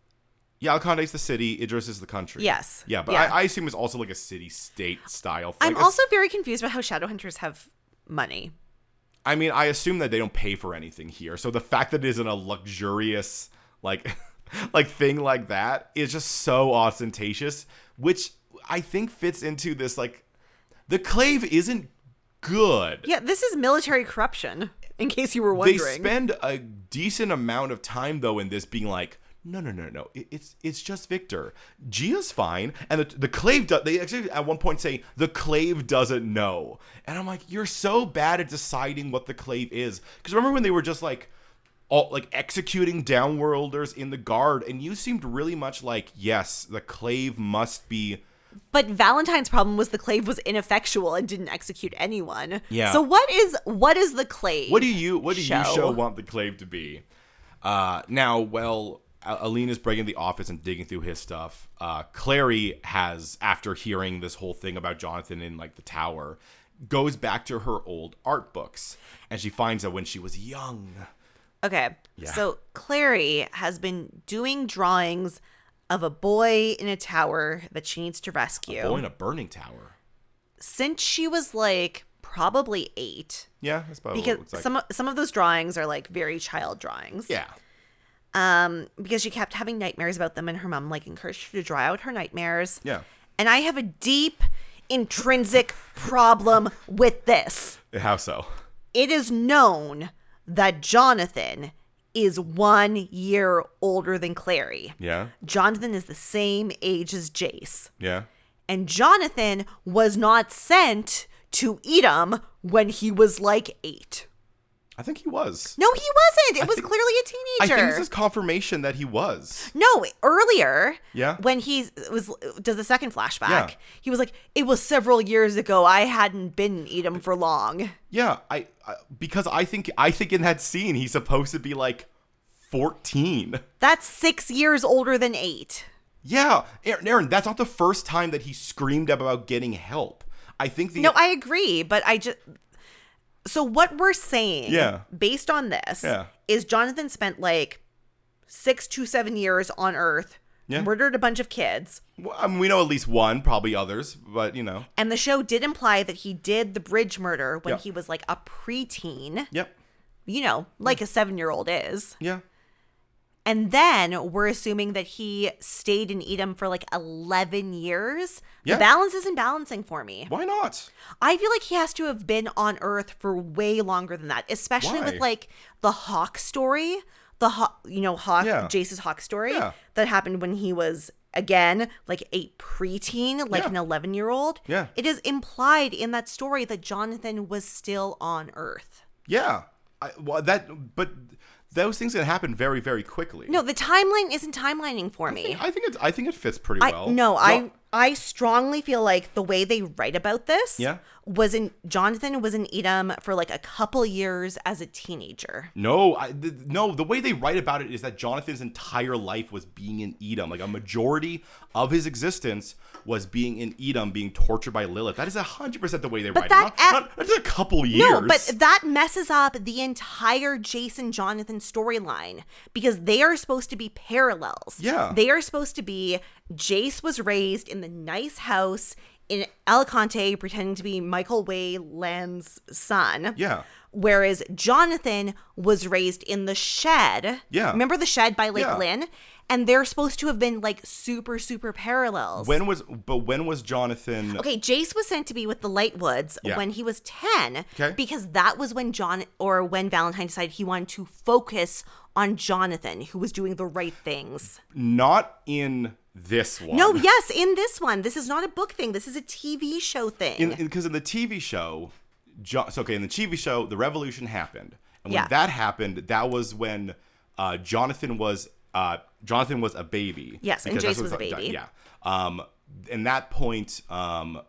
Yeah, Alicante is the city. Idris is the country.
Yes.
Yeah, but
Yeah.
I, I assume it's also like a city state style. thing.
I'm also very confused about how Shadowhunters have money.
I mean, I assume that they don't pay for anything here. So the fact that it isn't a luxurious like like thing like that is just so ostentatious, which I think fits into this like the clave isn't good.
Yeah, this is military corruption, in case you were
they
wondering.
spend a decent amount of time though in this being like no no no no It- it's it's just Victor Gia's fine and the, the clave do- they actually at one point say the clave doesn't know and I'm like you're so bad at deciding what the clave is because remember when they were just like all like executing downworlders in the guard and you seemed really much like yes the clave must be
but Valentine's problem was the clave was ineffectual and didn't execute anyone.
Yeah.
So what is what is the clave?
What do you what do
show.
you show want the clave to be? Uh, now, well, A- Aline is breaking the office and digging through his stuff. Uh, Clary has, after hearing this whole thing about Jonathan in like the tower, goes back to her old art books, and she finds that when she was young,
Okay.
Yeah.
So Clary has been doing drawings of a boy in a tower that she needs to rescue
oh, in a burning tower.
since she was like probably eight.
Yeah, that's probably what
Because
it looks like.
some some of those drawings are like very child drawings.
yeah,
Um, because she kept having nightmares about them, and her mom like encouraged her to draw out her nightmares.
Yeah.
And I have a deep intrinsic problem with this
how so?
it is known that Jonathan is one year older than Clary.
Yeah,
Jonathan is the same age as Jace.
yeah.
And Jonathan was not sent to Edom when he was like eight.
I think he was.
No, he wasn't. It was clearly a
I
teenager.
think this is confirmation that he was.
No, earlier.
Yeah?
When he was does the second flashback,
Yeah.
he was like, "It was several years ago. I hadn't been in Edom for long."
Yeah, I, I because I think I think in that scene he's supposed to be like 14.
That's six years older than eight.
Yeah, Aaron, Aaron, that's not the first time that he screamed about getting help. I think the
No, I agree, but I just so what we're saying,
Yeah.
based on this,
Yeah.
is Jonathan spent like six to seven years on Earth,
Yeah.
murdered a bunch of kids,
Well, I mean, we know at least one, probably others, but you know.
and the show did imply that he did the bridge murder when
Yeah.
he was like a preteen,
Yep.
you know, like a seven-year-old is,
Yeah.
and then we're assuming that he stayed in Edom for like eleven years.
Yeah.
The balance isn't balancing for me.
Why not?
I feel like he has to have been on Earth for way longer than that, especially
Why?
with like the Hawk story, the Hawk, you know, Hawk,
Yeah.
Jace's Hawk story
Yeah.
that happened when he was again like a preteen, like
Yeah.
an 11 year old.
Yeah.
It is implied in that story that Jonathan was still on Earth.
Yeah. I, well, that but those things can happen very, very quickly.
No, the timeline isn't timelining for me.
I think it's. I think it fits pretty
I
well.
no, I
Well,
I strongly feel like the way they write about this
Yeah.
was in Jonathan was in Edom for like a couple years as a teenager.
No, I, th- no. The way they write about it is that Jonathan's entire life was being in Edom. Like a majority of his existence was being in Edom, being tortured by Lilith. That is hundred percent the way they write
that
it. Not,
a-
not- not just a couple years.
No, but that messes up the entire Jason Jonathan storyline because they are supposed to be parallels.
Yeah.
They are supposed to be Jace was raised in the nice house in Alicante pretending to be Michael Way Land's son.
yeah,
Whereas Jonathan was raised in the shed.
Yeah.
Remember the shed by Lake
Yeah.
Lynn? And they're supposed to have been like super, super parallels.
when was? But when was Jonathan?
Okay, Jace was sent to be with the Lightwoods
Yeah.
when he was 10
Okay.
because that was when John or when Valentine decided he wanted to focus on Jonathan, who was doing the right things.
Not in this one.
No, yes, in this one. This is not a book thing. This is a TV show thing.
because in, the TV show, John, so okay, in the TV show, the revolution happened, and when
Yeah.
that happened, that was when uh, Jonathan was uh, Jonathan was a baby.
Yes, and
because that's
Jace
what-
was a baby.
Yeah. Um, and that point, um,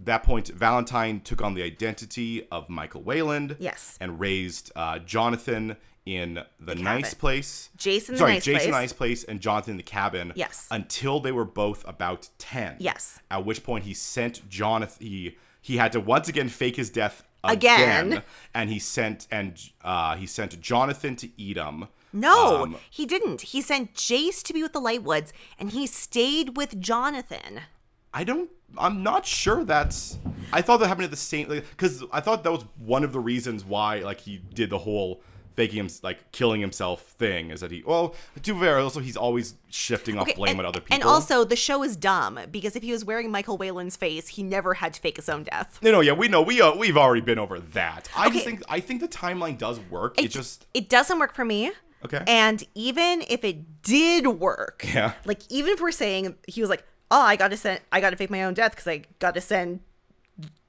that point, Valentine took on the identity of Michael Wayland.
Yes.
and raised uh, Jonathan in the, nice
cabin.
place.
Jason the
sorry,
nice
Jason
place.
the nice place, and Jonathan in the cabin.
Yes.
until they were both about ten.
Yes.
At which point he sent Jonathan. He he had to once again fake his death
Again.
again, and he sent and uh, he sent Jonathan to Edom.
No,
Um,
he didn't. He sent Jace to be with the Lightwoods and he stayed with Jonathan.
I don't. I'm not sure that's. I thought that happened at the same. Because I thought that was one of the reasons why like he did the whole faking him like killing himself thing is that he well to be fair also he's always shifting off
Okay,
blame
and,
on other people
and also, the show is dumb because if he was wearing Michael Whalen's face, he never had to fake his own death.
no no yeah we know we uh, we've already been over that I
Okay.
just think I think the timeline does work it, just
it doesn't work for me.
Okay.
And even if it did work,
Yeah.
like even if we're saying he was like, oh, I gotta send, I gotta fake my own death because I gotta send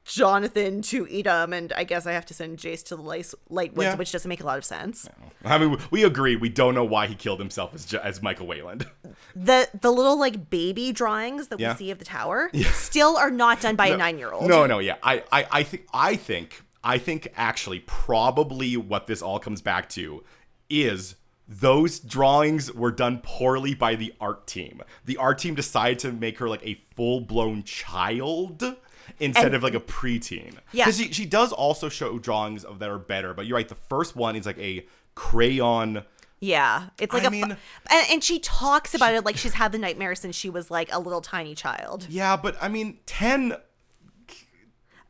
Jonathan to Edom, and I guess I have to send Jace to the Lice- Lightwoods,
Yeah.
which doesn't make a lot of sense.
I mean, we agree. We don't know why he killed himself as, as Michael Wayland.
the the little like baby drawings that
Yeah.
we see of the tower still are not done by a nine year old.
No, no, yeah. I, I, I think, I think, I think actually, probably what this all comes back to is those drawings were done poorly by the art team. The art team decided to make her like a full blown child instead of like a preteen.
Yeah.
because she, she does also show drawings of that are better. But you're right. The first one is like a crayon.
Yeah, it's like
I
a
mean-
fu- and, and she talks about it like she's had the nightmare since she was like a little tiny child.
Yeah, but I mean, ten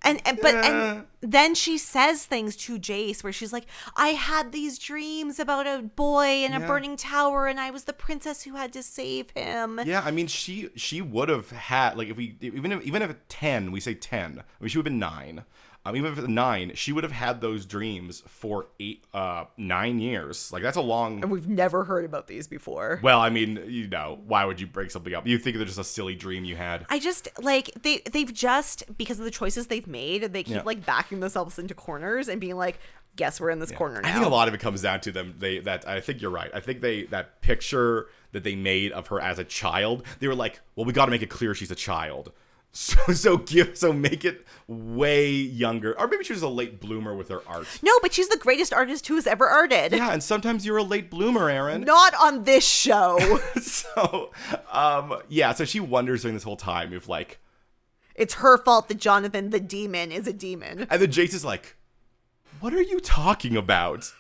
And, and but
Yeah.
and then she says things to Jace where she's like, "I had these dreams about a boy in
Yeah.
a burning tower, and I was the princess who had to save him."
Yeah, I mean, she she would have had like if we even if even if at ten we say ten, I mean she would have been nine. Um, even if at nine, she would have had those dreams for eight uh nine years. Like that's a long.
We've never heard about these before.
Well, I mean, you know, why would you break something up? You think they're just a silly dream you had.
I just like they they've just because of the choices they've made, they keep
Yeah.
like backing themselves into corners and being like, "Guess we're in this corner now."
I think a lot of it comes down to them. They that I think you're right. I think they that picture that they made of her as a child. They were like, well, we got to make it clear she's a child. So so give so make it way younger, or maybe she was a late bloomer with her art.
no, but she's the greatest artist who has ever arted.
Yeah, and sometimes you're a late bloomer, Aaron.
Not on this show.
So, um, yeah, so she wonders during this whole time if like,
it's her fault that Jonathan the demon is a demon.
and then Jace is like, "What are you talking about?"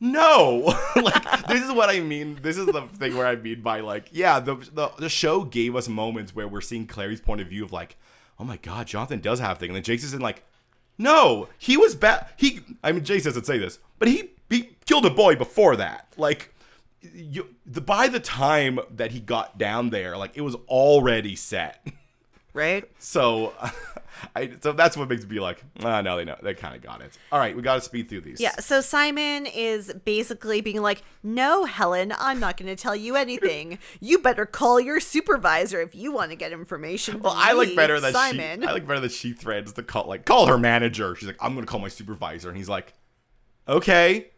No, like this is what I mean. This is the thing where I mean by like, yeah, the, the the show gave us moments where we're seeing Clary's point of view of like, oh my god, Jonathan does have things, and then Jace is in like, no, he was bad. He, I mean, Jace doesn't say this, but he he killed a boy before that, like. You, the, by the time that he got down there, like it was already set.
Right?
So, I so that's what makes me like, ah, no, they know they kind of got it. All right, we got to speed through these.
Yeah. So Simon is basically being like, No, Helen, I'm not gonna tell you anything. You better call your supervisor if you want to get information.
Well, I like better that
Simon.
she. I like better that she threads the call, like call her manager. She's like, I'm gonna call my supervisor, and he's like, okay.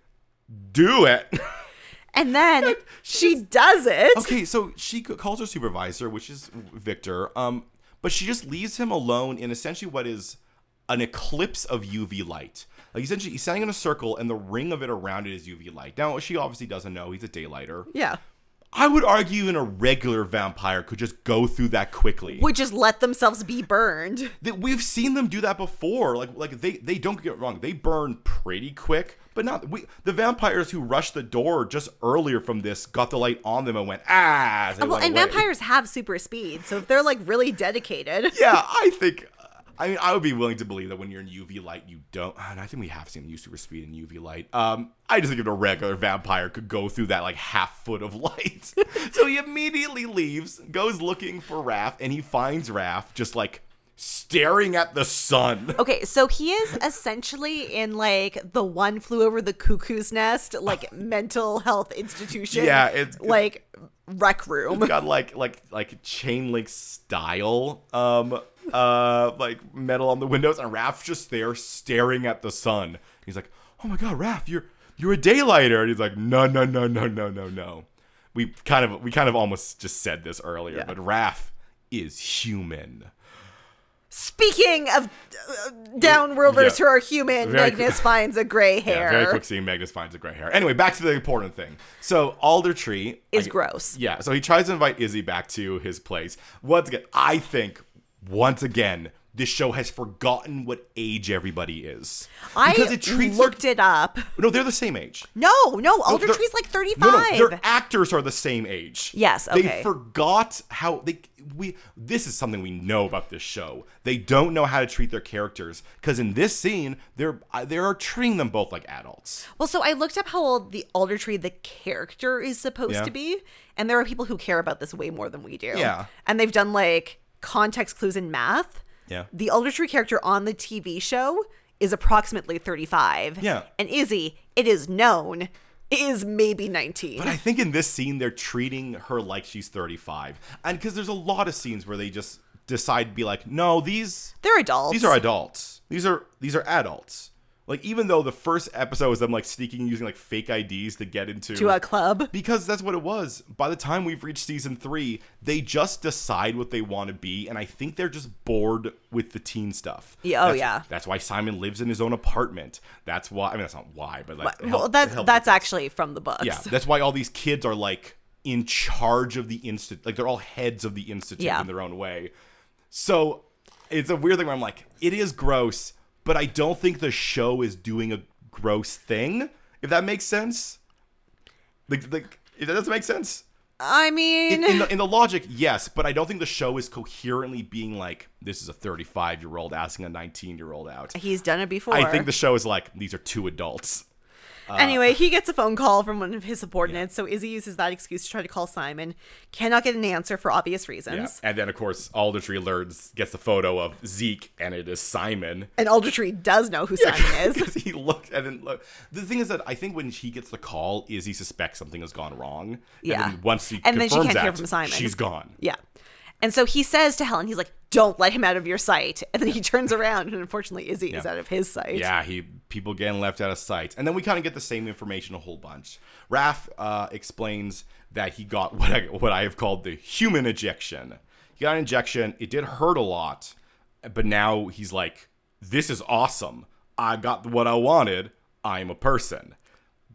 do it.
And then she does it.
okay, so she c- calls her supervisor, which is Victor. Um, but she just leaves him alone in essentially what is an eclipse of UV light. Like essentially, he's standing in a circle, and the ring of it around it is UV light. Now she obviously doesn't know he's a daylighter.
Yeah.
I would argue an irregular vampire could just go through that quickly.
Would just let themselves be burned.
That we've seen them do that before. Like like they they don't get it wrong. They burn pretty quick, but not we. The vampires who rushed the door just earlier from this got the light on them and went ah. as they
Well,
went
and
away.
vampires have super speed, so if they're like really dedicated,
Yeah, I think. I mean, I would be willing to believe that when you're in UV light, you don't. And I think we have seen them use super speed in UV light. Um, I just think if a regular vampire could go through that like half foot of light. so he immediately leaves, goes looking for Raph, and he finds Raph just like staring at the sun.
Okay, so he is essentially in like the one flew over the cuckoo's nest, like mental health institution.
Yeah, it's-
like rec room.
Got like like like chain link style, um, uh, like metal on the windows, and Raph's just there staring at the sun. He's like, "Oh my god, Raph, you're you're a daylighter," and he's like, "No, no, no, no, no, no, no." We kind of we kind of almost just said this earlier,
Yeah.
but Raph is human.
Speaking of uh, downworlders
Yeah.
who are human,
Very
Magnus finds a gray hair.
Yeah, very quick seeing Magnus finds a gray hair. Anyway, back to the important thing. So Alder Tree
Is
I-
gross.
Yeah, so he tries to invite Izzy back to his place. Once again, I think once again this show has forgotten what age everybody is
I
their-
looked it up.
no, they're the same age.
No, no, Alder
they're-
Tree's like
No,
35.
no, their actors are the same age.
Yes,
They
okay.
forgot how they we. This is something we know about this show. They don't know how to treat their characters because in this scene, they're they are treating them both like adults.
Well, so I looked up how old the Alder Tree, the character, is supposed
Yeah.
to be, and there are people who care about this way more than we do.
Yeah.
and they've done like context clues in math.
Yeah.
the Alder Tree character on the TV show is approximately thirty-five.
Yeah.
and Izzy, it is known, is maybe nineteen.
But I think in this scene, they're treating her like she's 35. And because there's a lot of scenes where they just decide to be like, no, these
They're adults.
these are adults. These are these are adults. Like even though the first episode was them like sneaking using like fake IDs to get into
to a club.
because that's what it was. By the time we've reached season three, they just decide what they want to be, and I think they're just bored with the teen stuff.
Yeah, oh,
That's-
yeah.
That's why Simon lives in his own apartment. That's why. I mean, that's not why, but like,
well, that's
help-
that's actually from the books.
yeah, that's why all these kids are like in charge of the institute. Like they're all heads of the institute
Yeah.
in their own way. So it's a weird thing where I'm like, it is gross, but I don't think the show is doing a gross thing. If that makes sense, like, like if that doesn't make sense
I mean,
in, in the, in the logic, yes, but I don't think the show is coherently being like, this is a 35 year old asking a 19 year old out.
he's done it before.
I think uh, the show is like, these are two adults.
Anyway, he gets a phone call from one of his subordinates, so Izzy uses that excuse to try to call Simon. Cannot get an answer for obvious
Yeah.
reasons.
And then, of course, Aldertree learns, gets the photo of Zeke, and it is Simon.
And Aldertree does know who Simon is.
Because he looked and then look. The thing is that I think when he gets the call, Izzy suspects something has gone wrong.
Yeah.
And then once he
And then she
confirms
can't
that,
hear from Simon.
she's gone.
Yeah. And so he says to Helen, he's like, don't let him out of your sight. And then he turns around, and unfortunately, Izzy is
Yeah.
out of his sight.
Yeah, he people getting left out of sight, and then we kind of get the same information a whole bunch. Raph uh, explains that he got what I, what I have called the human ejection. He got an injection. It did hurt a lot, but now he's like, "This is awesome. I got what I wanted. I'm a person."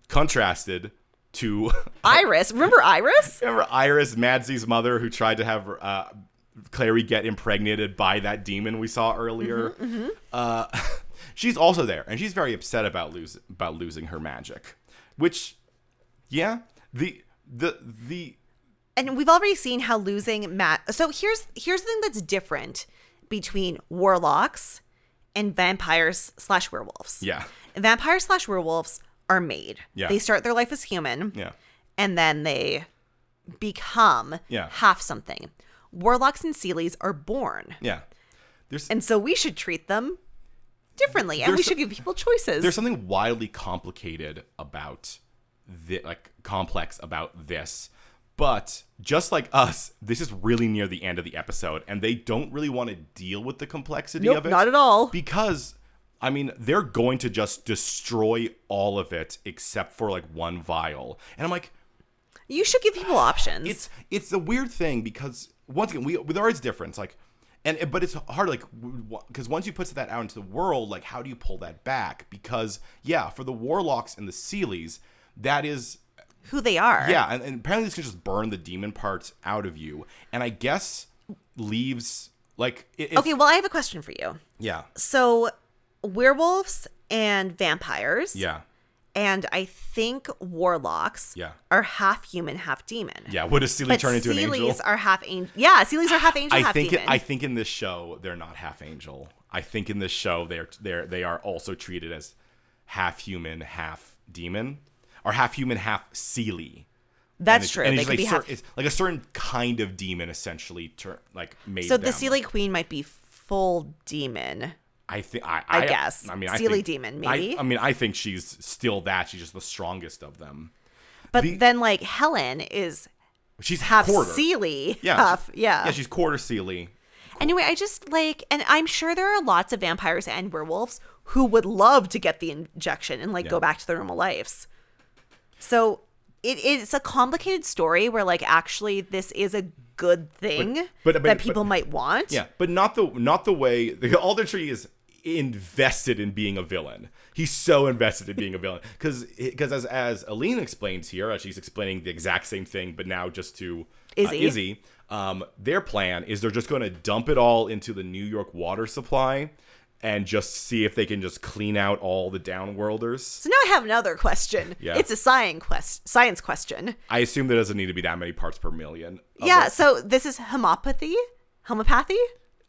Contrasted to
Iris, remember Iris?
remember Iris Madsy's mother who tried to have uh, Clary get impregnated by that demon we saw earlier.
Mm-hmm,
Uh, she's also there, and she's very upset about losing about losing her magic. Which, yeah, the the the
And we've already seen how losing Matt. So here's here's the thing that's different between warlocks and vampires slash werewolves.
yeah
Vampires slash werewolves are made.
Yeah.
They start their life as human.
yeah
and then they become
Yeah.
half something. Warlocks and Seelies are born.
yeah. There's
And so we should treat them differently and
There's
we
so-
should give people choices.
there's something wildly complicated about the like complex about this but just like us this is really near the end of the episode and they don't really want to deal with the complexity
Nope,
of it
not at all.
because I mean, they're going to just destroy all of it except for like one vial. And I'm like,
You should give people options.
it's it's a weird thing because once again, we there is difference. Like, and but it's hard, like, because once you put that out into the world, like, how do you pull that back? Because yeah, for the warlocks and the Sealies, that is
who they are.
yeah, and, and apparently this can just burn the demon parts out of you, and I guess leaves like it, it's-
Okay, well, I have a question for you.
yeah,
So, werewolves and vampires,
yeah,
and I think warlocks,
Yeah.
are half human, half demon.
yeah. Would a Sealy
But
turn into an angel?
Seelies are half angel. Yeah, Seelies are half angel,
I
half
think
demon.
I think in this show they're not half angel. I think in this show they're they're they are also treated as half human, half demon, or half human, half Sealy. And
That's
it's-
true.
and
They
it's
could be
like cer-
half.
it's like a certain kind of demon, essentially, tur like made.
So the
them.
Seelie Queen might be full demon.
I think I, I,
guess.
I mean, I
Seelie
think-
demon,
I-
maybe?
I mean, I think she's still that. She's just the strongest of them.
But
The-
then, like, Helen is
She's
half
quarter.
Seelie.
Yeah,
Half,
she-
yeah.
Yeah, she's quarter Sealy.
anyway, I just like, and I'm sure there are lots of vampires and werewolves who would love to get the injection and, like, go
Yeah.
back to their normal lives. So it, it's a complicated story where, like, actually, this is a good thing
but- but-
that
but-
people might want.
Yeah, but not the not the way the Alder Tree is invested in being a villain. He's so invested in being a villain because because as as Aline explains here, as she's explaining the exact same thing, but now just to
Izzy.
Uh, Izzy um, their plan is they're just going to dump it all into the New York water supply and just see if they can just clean out all the downworlders.
So now I have another question.
Yeah.
It's a science quest, science question.
I assume there doesn't need to be that many parts per million. of
yeah,
it.
so this is homopathy? Homopathy?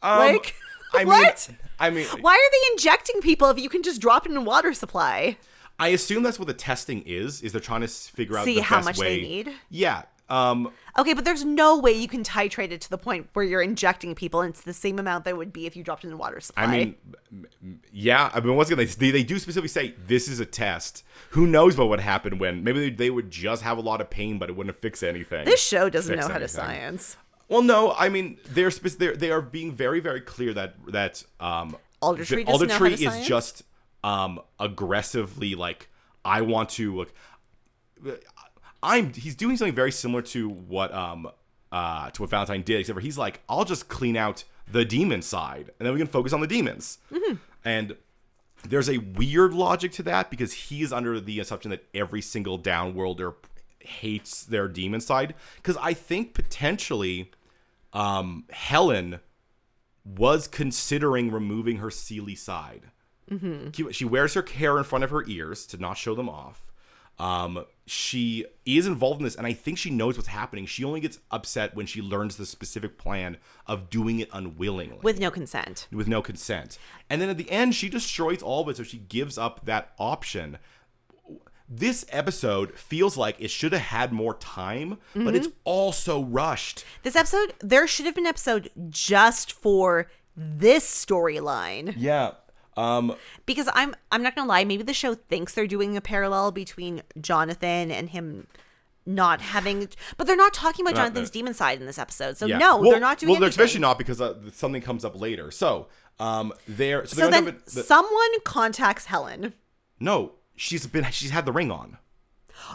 Um,
like
I mean,
what?
I mean,
Why are they injecting people if you can just drop it in a water supply?
I assume that's what the testing is. Is they're trying to s- figure out
See
the
how
best
much they
way.
need?
Yeah. Um.
Okay, but there's no way you can titrate it to the point where you're injecting people and it's the same amount that would be if you dropped it in a water supply.
I mean, m- m- yeah. I mean, once again, they, they do specifically say this is a test. Who knows what would happen when? Maybe they, they would just have a lot of pain, but it wouldn't fix anything.
this show doesn't
fix
know how to
anything.
science.
Well, no. I mean, they're spec- they're they are being very very clear that that um
Alder
the
Tree doesn't
Alder
know how
Tree
to
is
science?
just um aggressively like I want to look. I'm he's doing something very similar to what um uh to what Valentine did, except for he's like, I'll just clean out the demon side, and then we can focus on the demons.
Mm-hmm.
And there's a weird logic to that because he is under the assumption that every single downworlder hates their demon side. Because I think potentially, um, Helen was considering removing her Sealy side. She- She wears her hair in front of her ears to not show them off. Um, she is involved in this, and I think she knows what's happening. She only gets upset when she learns the specific plan of doing it unwillingly
With no consent.
with no consent. And then at the end, she destroys all of it, so she gives up that option. This episode feels like it should have had more time, but it's all so rushed.
This episode, there should have been an episode just for this storyline.
Yeah. Um,
because I'm I'm not gonna lie, maybe the show thinks they're doing a parallel between Jonathan and him not having, but they're not talking about Jonathan's demon side in this episode. So
yeah.
no,
Well-
they're not doing.
Well, they're
anything.
especially not because uh, something comes up later. So, um, they're so,
So
they're gonna
then
have it- the-
someone contacts Helen.
no, she's been she's had the ring on.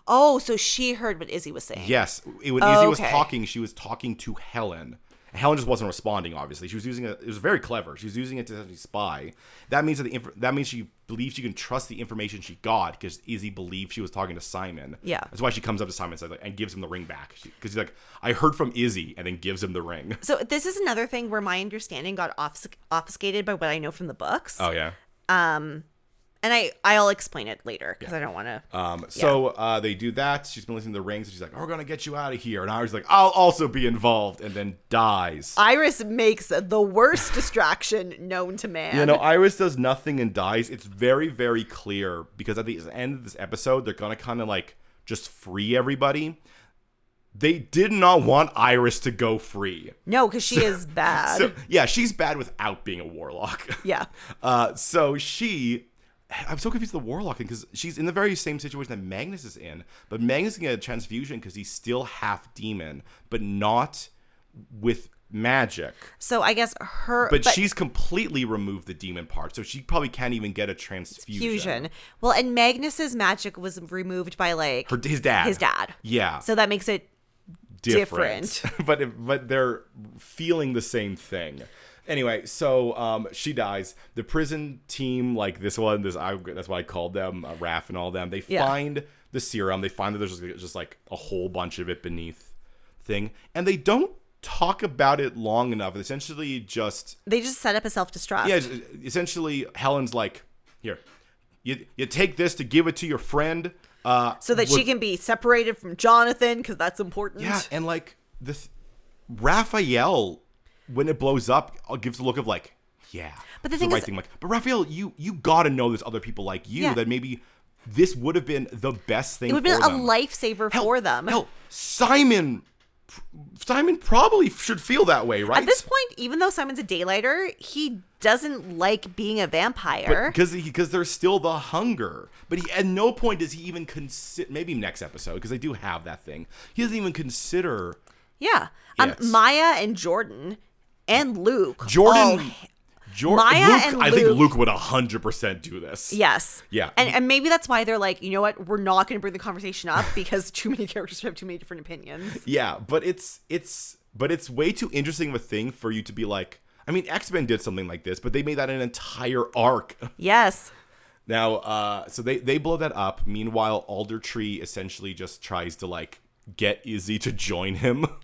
Oh, so she heard what Izzy was saying.
Yes, it- when
Oh,
Izzy was
okay.
talking, she was talking to Helen. Helen just wasn't responding. Obviously, she was using it. It was very clever. She was using it to essentially spy. That means that the inf- that means she believes she can trust the information she got because Izzy believed she was talking to Simon.
Yeah.
that's why she comes up to Simon and, says, like, and gives him the ring back because he's like, I heard from Izzy, and then gives him the ring.
So this is another thing where my understanding got offs- obfuscated by what I know from the books,
Oh yeah.
and I I'll explain it later because I don't want to.
Um, so uh, they do that. She's been listening to the rings, and she's like, "We're gonna get you out of here." And I was like, "I'll also be involved," and then dies.
Iris makes the worst distraction known to man.
You know, Iris does nothing and dies. It's very, very clear because at the end of this episode, they're gonna kind of like just free everybody. They did not want Iris to go free.
no, because she is bad.
So yeah, she's bad without being a warlock.
yeah.
Uh, so she, I'm so confused with the warlock because she's in the very same situation that Magnus is in, but Magnus can get a transfusion because he's still half demon, but not with magic.
So I guess her
But, she's completely removed the demon part, so she probably can't even get a transfusion.
fusion. Well, and Magnus's magic was removed by like
Her, his dad.
his dad.
Yeah.
So that makes it
different, but if, but they're feeling the same thing. Anyway, so um, she dies. The prison team, like this one, this I that's why I called them uh, Raph and all them. They
Yeah.
find the serum. They find that there's just, just like a whole bunch of it beneath thing, and they don't talk about it long enough. Essentially, just
they just set up a self destruct.
yeah, es- essentially Helen's like, here, you you take this to give it to your friend. Uh,
so that she can be separated from Jonathan because that's important.
Yeah, and like this Raphael, when it blows up, uh, gives a look of like, yeah.
But the
it's
thing
right
is-
thing, like, but Raphael, you you gotta know there's other people like you
Yeah.
that maybe this would have been the best thing.
It would be a
for them.
lifesaver
Hell-
for them.
Hell, Simon, Simon probably should feel that way, right?
At this point, even though Simon's a daylighter, he doesn't like being a vampire.
because because there's still the hunger. But he, at no point does he even consider. Maybe next episode because they do have that thing. He doesn't even consider
yeah. Um,
Yes.
Maya and Jordan and Luke. all
Jordan. Jor-
Oh, Maya
Luke,
and
I think
Luke-
Luke would 100% do this.
Yes.
Yeah.
And and maybe that's why they're like, you know what? We're not going to bring the conversation up because too many characters have too many different opinions.
Yeah, but it's it's but it's way too interesting of a thing for you to be like. I mean, X Men did something like this, but they made that an entire arc.
Yes.
now, uh, so they they blow that up. Meanwhile, Alder Tree essentially just tries to like get Izzy to join him.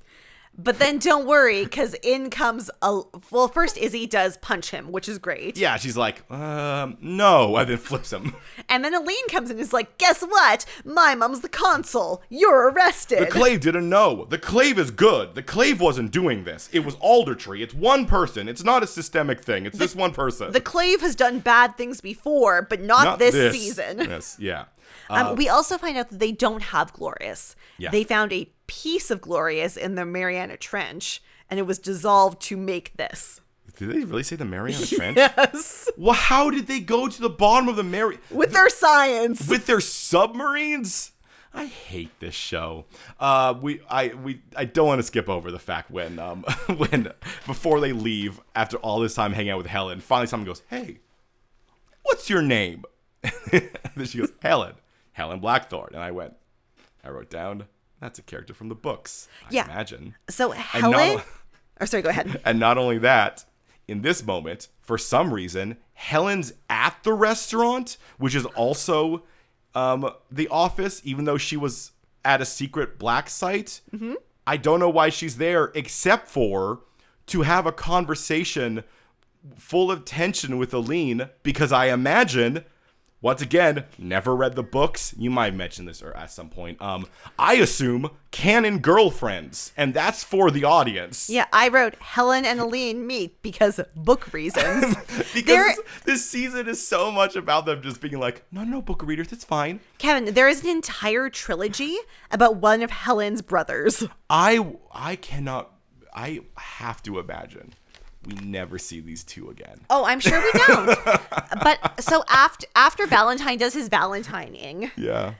But then don't worry because in comes a well, first Izzy does punch him, which is great.
yeah, she's like, um, no, and then flips him.
And then Aline comes in and is like, guess what? My mom's the consul. You're arrested.
The Clave didn't know. The Clave is good. The Clave wasn't doing this. It was Alder Tree. It's one person. It's not a systemic thing. It's this one person.
the Clave has done bad things before, but not,
not
this, season.
Yes, yeah.
Um, we also find out that they don't have Glorious.
Yeah.
They found a piece of Glorious in the Mariana Trench, and it was dissolved to make this.
Did they really say the Mariana Trench?
Yes.
Well, how did they go to the bottom of the Mary
With their science.
with their submarines? I hate this show. Uh, we, I, we, I don't want to skip over the fact when, um, when before they leave after all this time hanging out with Helen, finally someone goes, "Hey, what's your name?" then she goes, "Helen, Helen Blackthorne." And I went, I wrote down, "That's a character from the books." I
Yeah.
imagine.
so
not-
Helen. Or sorry, go ahead.
And not only that, in this moment, for some reason, Helen's at the restaurant, which is also um, the office, even though she was at a secret black site. I don't know why she's there, except for to have a conversation full of tension with Aline, because I imagine. Once again, never read the books. You might mention this or at some point. Um, I assume canon girlfriends, and that's for the audience.
Yeah, I wrote Helen and Aline meet because book reasons.
because
There-
this season is so much about them just being like, no, no, book readers, it's fine.
Kevin, there is an entire trilogy about one of Helen's brothers.
I I cannot. I have to imagine we never see these two again.
Oh, I'm sure we don't. but so after after Valentine does his Valentining,
Yeah.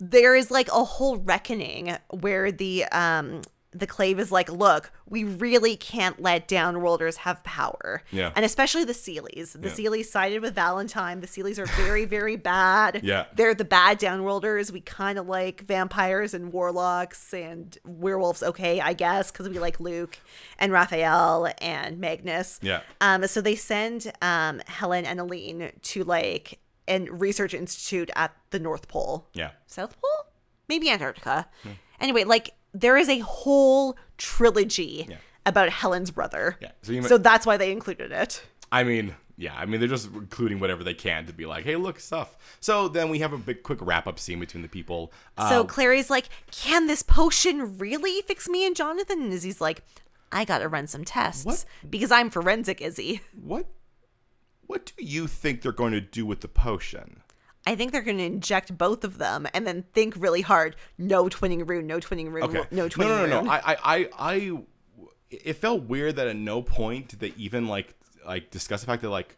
there is like a whole reckoning where the um the clave is like, look, we really can't let downworlders have power.
Yeah.
And especially the Sealies. The
Yeah.
Sealies sided with Valentine. The Sealies are very, very bad.
Yeah.
They're the bad downworlders. We kind of like vampires and warlocks and werewolves. Okay, I guess, because we like Luke and Raphael and Magnus.
Yeah.
Um, so they send um, Helen and Aline to like an research institute at the North Pole.
Yeah.
South Pole? Maybe Antarctica. Anyway, like there is a whole trilogy
Yeah.
about Helen's brother.
Yeah, so you might-
so that's why they included it.
I mean, yeah. I mean, they're just including whatever they can to be like, hey, look, stuff. So then we have a big, quick wrap up scene between the people. Uh,
So Clary's like, "Can this potion really fix me and Jonathan?" And Izzy's like, "I gotta run some tests
What?
because I'm forensic, Izzy.
what? What do you think they're going to do with the potion?
I think they're gonna inject both of them and then think really hard. No twinning rune, no twinning rune,
Okay.
no twinning
no, no,
rune.
no. I, I, I, I, it felt weird that at no point did they even like, like discuss the fact that like,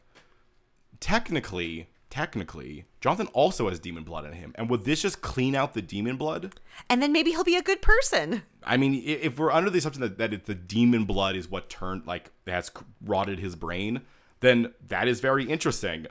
technically, technically, Jonathan also has demon blood in him. And would this just clean out the demon blood?
And then maybe he'll be a good person.
I mean, i- if we're under the assumption that, that it, the demon blood is what turned, like, has c- rotted his brain, then that is very interesting.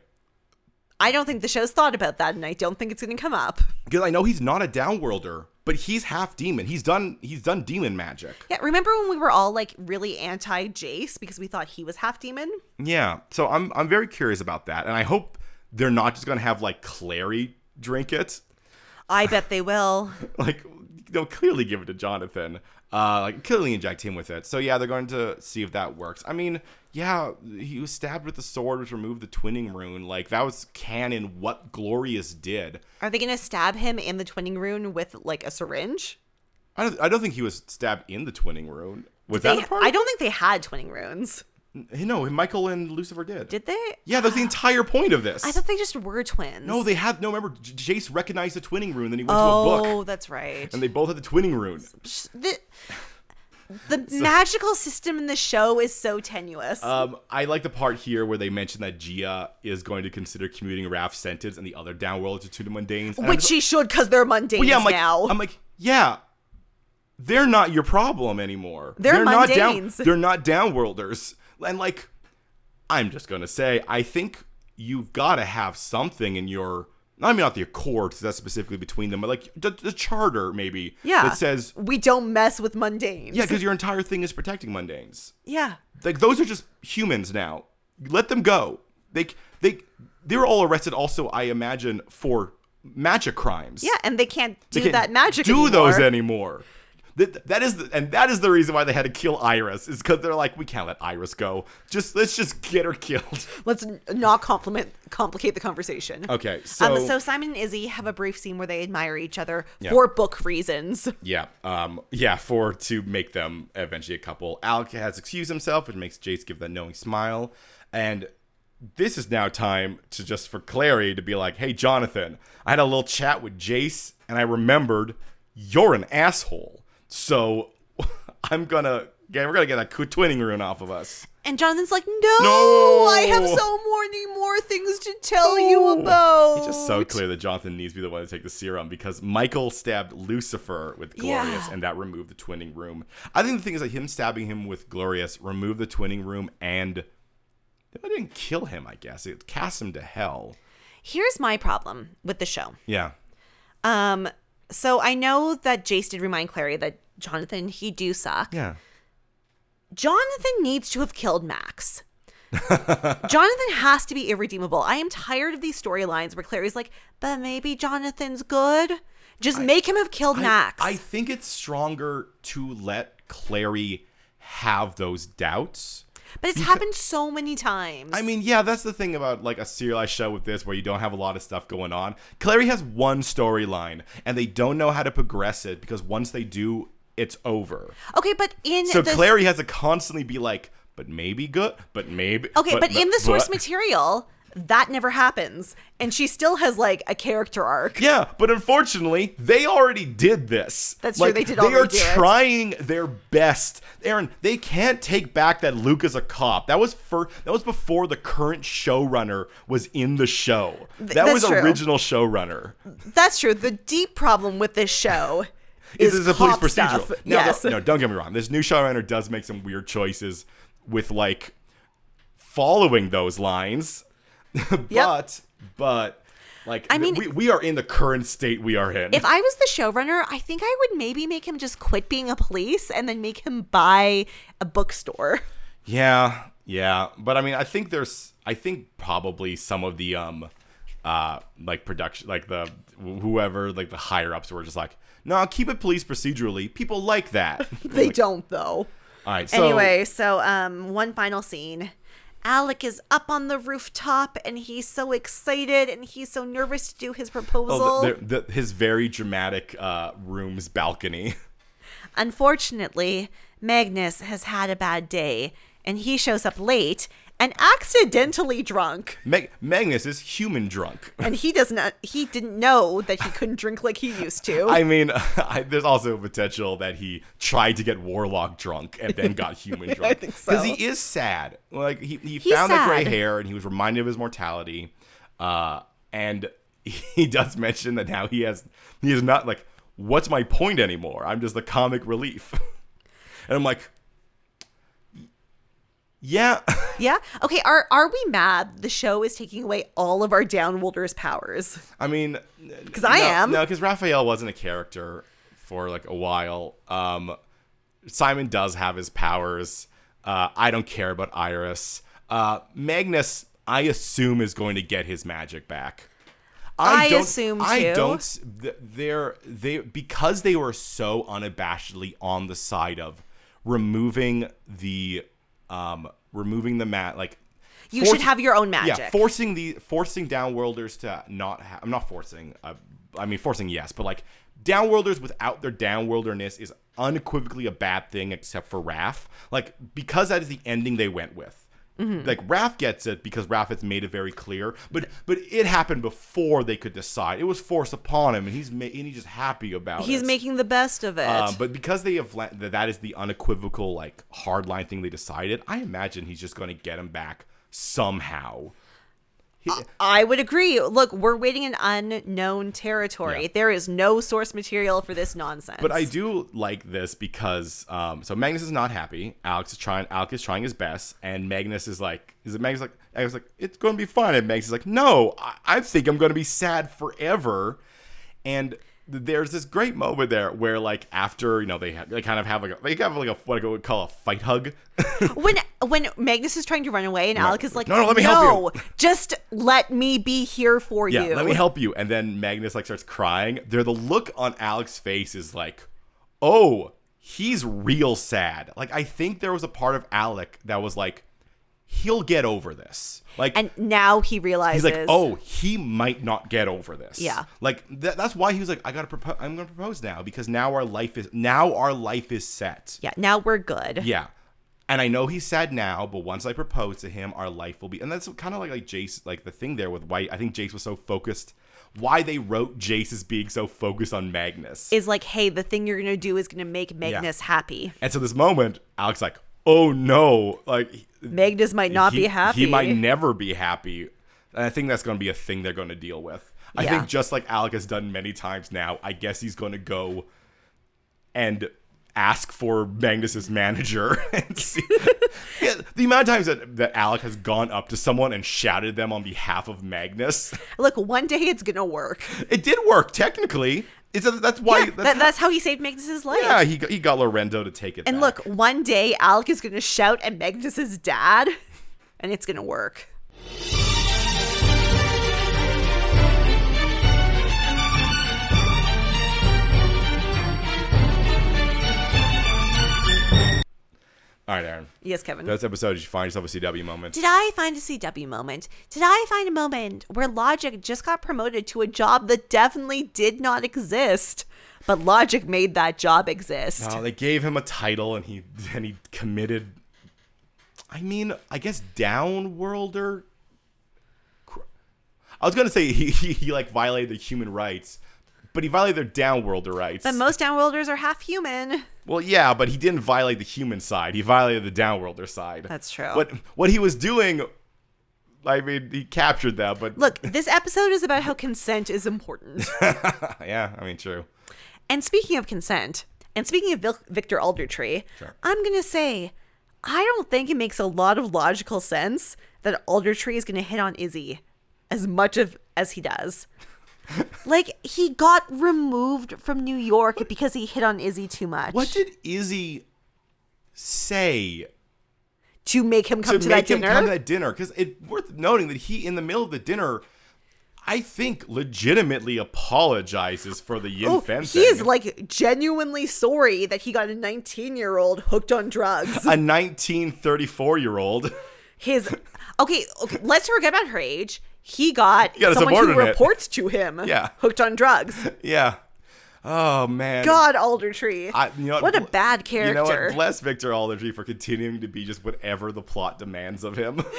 I don't think the show's thought about that, and I don't think it's going to come up.
Because I know he's not a downworlder, but he's half demon. He's done he's done demon magic.
Yeah, remember when we were all like really anti Jace because we thought he was half demon?
Yeah. So I'm I'm very curious about that, and I hope they're not just gonna have like Clary drink it.
I bet they will.
Like they'll clearly give it to Jonathan. Uh, like clearly inject him with it. So yeah, they're going to see if that works. I mean, yeah, he was stabbed with the sword, which removed the twinning rune. Like that was canon. What Glorious did.
Are they going to stab him in the twinning rune with like a syringe?
I don't, I don't think he was stabbed in the twinning rune. Was
They,
that a part?
I don't think they had twinning runes.
No, Michael and Lucifer did.
Did they?
Yeah, that's the entire point of this.
I thought they just were twins.
no, they have no. Remember, J- Jace recognized the twinning rune, then he went to a book.
Oh, that's right.
and they both had the twinning rune.
the the magical system in the show is so tenuous.
Um, I like the part here where they mention that Gia is going to consider commuting Raph's sentence and the other downworld to two mundanes. And I'm
which
just-
she should, because they're mundanes
Well, yeah, I'm like,
now.
I'm like, yeah, they're not your problem anymore.
They're
not down.
mundanes.
They're not downworlders. And like, I'm just gonna say, I think you've got to have something in your. I mean, not the accord that's specifically between them, but like the, the charter maybe
yeah,
that says
we don't mess with mundanes.
yeah, because your entire thing is protecting mundanes.
yeah.
Like those are just humans now. Let them go. They they they're all arrested. Also, I imagine for magic crimes.
Yeah, and they can't do
They can't
that magic.
Do those
anymore.
anymore? That, that is the, and that is the reason why they had to kill Iris is because they're like we can't let Iris go. Just let's just get her killed.
Let's n- not compliment complicate the conversation.
Okay, so,
So, um, so Simon and Izzy have a brief scene where they admire each other
Yeah.
for book reasons.
yeah, um, yeah, for to make them eventually a couple. Alec has excused himself, which makes Jace give that knowing smile, and this is now time to just for Clary to be like, "Hey, Jonathan, I had a little chat with Jace, and I remembered you're an asshole. So I'm gonna, yeah, we're gonna get that twinning rune off of us."
And Jonathan's like, "No, I have
No.
so many more things to tell you about."
It's just so clear that Jonathan needs to be the one to take the serum because Michael stabbed Lucifer with Glorious
Yeah.
and that removed the twinning room. I think the thing is that him stabbing him with Glorious removed the twinning room and it didn't kill him, I guess. It cast him to hell.
Here's my problem with the show.
Yeah.
Um, so I know that Jace did remind Clary that Jonathan he do suck.
Yeah.
Jonathan needs to have killed Max. Jonathan has to be irredeemable. I am tired of these storylines where Clary's like, but maybe Jonathan's good. Just make him have killed Max.
I, I think it's stronger to let Clary have those doubts.
but it's happened so many times.
I mean, yeah, that's the thing about like a serialized show with this where you don't have a lot of stuff going on. Clary has one storyline and they don't know how to progress it because once they do, it's over.
okay, but in
So
the
Clary has to constantly be like, but maybe good, but maybe
okay, but, in the source
but-
material, that never happens, and she still has like a character arc.
Yeah, but unfortunately, they already did this.
That's true, they did already
They are
do it.
trying their best, Aaron. They can't take back that Luke is a cop. That was for that was before the current showrunner was in the show. That
that's
was
true.
original showrunner.
That's true. The deep problem with this show
This
is,
is a police
cop
procedural.
stuff.
No,
yes.
no, no, don't get me wrong. This new showrunner does make some weird choices with like following those lines, but but like
I mean-
we, we are in the current state we are in.
If I was the showrunner, I think I would maybe make him just quit being a police and then make him buy a bookstore.
Yeah, yeah, but I mean, I think there's, I think probably some of the, um, uh, like production, like the wh- whoever, like the higher ups were just like, no, keep it police procedurally. People like that.
They don't though.
All right. So,
anyway, so um one final scene. Alec is up on the rooftop and he's so excited and he's so nervous to do his proposal.
oh, the, the, the, his very dramatic uh, room's balcony.
Unfortunately, Magnus has had a bad day and he shows up late and accidentally drunk.
Mag- Magnus is human drunk.
And he does not he didn't know that he couldn't drink like he used to.
I mean, I, there's also a potential that he tried to get Warlock drunk and then got human drunk.
think so.
Because he is sad. Like, he, he
He's
found the gray
sad.
hair and he was reminded of his mortality. Uh, and he does mention that now he has he is not like what's my point anymore? I'm just the comic relief, and I'm like, yeah.
Yeah. Okay. Are are we mad? The show is taking away all of our downwilders powers.
I mean, because
I am.
no, because Raphael wasn't a character for like a while. Um, Simon does have his powers. Uh, I don't care about Iris. Uh, Magnus, I assume, is going to get his magic back.
I assume
I
too.
don't. th- They're they because they were so unabashedly on the side of removing the um removing the mat like
You
force-
should have your own magic.
yeah, forcing the forcing downworlders to not. Ha- I'm not forcing. Uh, I mean, forcing yes, but like downworlders without their downworlderness is unequivocally a bad thing, except for Raph. Like because that is the ending they went with.
Mm-hmm.
Like Raph gets it because Raph has made it very clear, but but it happened before they could decide. It was forced upon him, and he's ma- and he's just happy about it.
He's making the best of it.
Um, but because they have la- that, that is the unequivocal like hardline thing they decided. I imagine he's just going to get him back somehow. He-
I would agree. Look, we're waiting in unknown territory.
Yeah.
There is no source material for this nonsense.
but I do like this because um, so Magnus is not happy. Alex is trying. Alex is trying his best, and Magnus is like, is it Magnus like? I was like, it's going to be fine. And Magnus is like, no, I, I think I'm going to be sad forever. And th- there's this great moment there where like after you know they ha- they kind of have like a, they have like a what I would call a fight hug.
when when Magnus is trying to run away and Alec is like,
No, no, let me help
"No, Just let me be here for
Yeah,
you.
let me help you. And then Magnus like starts crying. There, the look on Alex's face is like, oh, he's real sad. Like I think there was a part of Alec that was like, he'll get over this. Like
And now he realizes
he's like, oh, he might not get over this.
Yeah.
Like th- that's why he was like, I gotta propose. I'm gonna propose now because now our life is now our life is set.
yeah, now we're good.
Yeah. And I know he's sad now, but once I propose to him, our life will be. And that's kind of like like Jace, like the thing there with why I think Jace was so focused. Why they wrote Jace as being so focused on Magnus.
Is like, hey, the thing you're gonna do is gonna make Magnus happy.
and so this moment, Alex like, oh no, like he-
Magnus might not
he,
be happy.
He might never be happy. And I think that's going to be a thing they're going to deal with. I
Yeah.
think just like Alec has done many times now, I guess he's going to go and ask for Magnus's manager and see. Yeah, the amount of times that, that Alec has gone up to someone and shouted them on behalf of Magnus,
Look, one day it's gonna work.
it did work technically. It's a, that's why.
Yeah,
that's
that,
how-
that's how he saved Magnus's life.
yeah, he, got- he got Lorenzo to take it.
And
back.
look, one day Alec is going to shout at Magnus's dad, and it's going to work.
all right, Aaron.
Yes, Kevin.
That's episode. Did you find yourself a CW moment?
Did I find a CW moment? Did I find a moment where Logic just got promoted to a job that definitely did not exist, but Logic made that job exist?
Oh, they gave him a title, and he and he committed. I mean, I guess downworlder. cr- I was gonna say he, he he like violated the human rights, but he violated their downworlder rights.
But most downworlders are half human.
well, yeah, but he didn't violate the human side. He violated the downworlder side.
That's true.
What what he was doing, I mean, he captured that. But
Look, this episode is about how consent is important.
yeah, I mean, true.
And speaking of consent, and speaking of Vil- Victor Aldertree, I'm going to say I don't think it makes a lot of logical sense that Aldertree is going to hit on Izzy as much of as he does. like he got removed from New York because he hit on Izzy too much.
What did Izzy say
to make him come to, that
him
dinner?
come to that dinner because it's worth noting that he in the middle of the dinner i think legitimately apologizes for the yin
Oh,
fen
he is
thing.
like genuinely sorry that he got a 19 year old hooked on drugs.
a 1934 year old
His okay, okay, let's forget about her age. He got
got a
someone who
subordinate.
reports to him.
Yeah.
hooked on drugs.
yeah Oh man.
God, Aldertree.
I- you know
what a
Bl-
bad character.
You know what? Bless Victor Aldertree for continuing to be just whatever the plot demands of him. it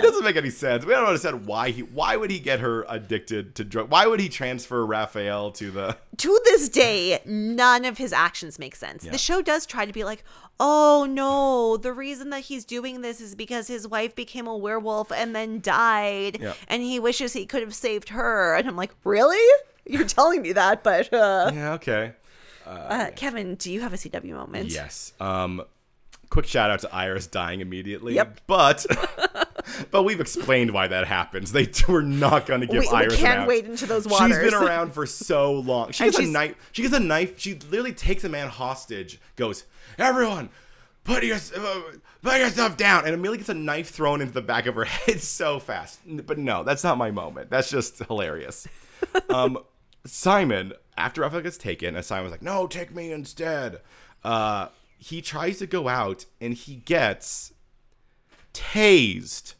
doesn't make any sense. We don't understand why he. Why would he get her addicted to drug? Why would he transfer Raphael to the?
to this day, none of his actions make sense. The show does try to be like, oh no, the reason that he's doing this is because his wife became a werewolf and then died,
Yeah.
and he wishes he could have saved her. And I'm like, really? You're telling me that, but uh,
Yeah. Okay.
uh, Kevin, do you have a CW moment?
Yes. Um, quick shout out to Iris dying immediately.
Yep.
But. But we've explained why that happens. They were not going to give
We, we
Iris an
can't
out.
wade into those waters.
She's been around for so long. She
And
gets a
she's-
knife. She gets a knife. She literally takes a man hostage. Goes, everyone, put your uh, put yourself down, and Amelia gets a knife thrown into the back of her head so fast. N- But no, that's not my moment. That's just hilarious. Um, Simon, after Raphael gets taken, and Simon was like, "No, take me instead." Uh, he tries to go out, and he gets tased.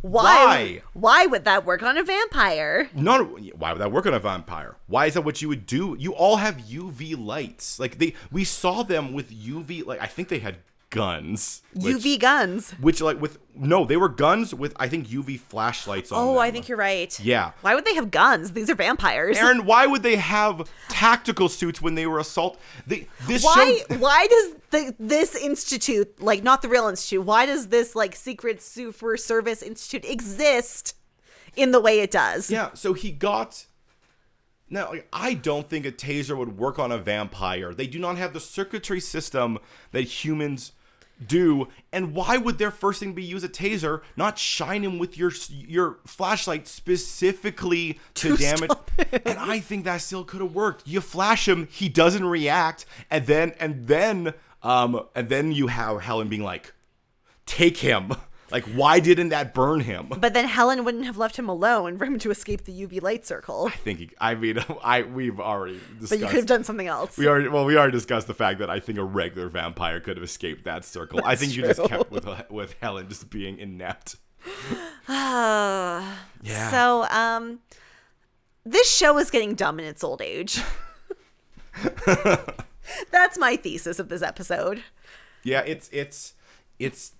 why? Why would that work on a vampire?
Not why would that work on a vampire? Why is that what you would do? You all have UV lights. Like they, we saw them with UV. Like I think they had guns. Which,
UV guns.
which like with no, they were guns with I think UV flashlights on.
Oh,
them.
I think you're right.
Yeah.
Why would they have guns? These are vampires.
Aaron, why would they have tactical suits when they were assault? They this
why
show.
why does the this institute like not the real institute why does this like secret super service institute exist in the way it does
Yeah, so he got. Now, like, I don't think a taser would work on a vampire. They do not have the circuitry system that humans do. And why would their first thing be use a taser, not shine him with your your flashlight specifically to, damage? And I think that still could have worked. You flash him, he doesn't react, and then and then um and then you have Helen being like, "Take him." Like, why didn't that burn him?
but then helen wouldn't have left him alone for him to escape the uv light circle
think he, I mean I we've already discussed
but you could have done something else
we already well we already discussed the fact that I think a regular vampire could have escaped that circle. I think you just
true.
kept with uh, with Helen just being inept.
Ah.
Yeah.
so um this show is getting dumb in its old age that's my thesis of this episode
Yeah, it's it's it's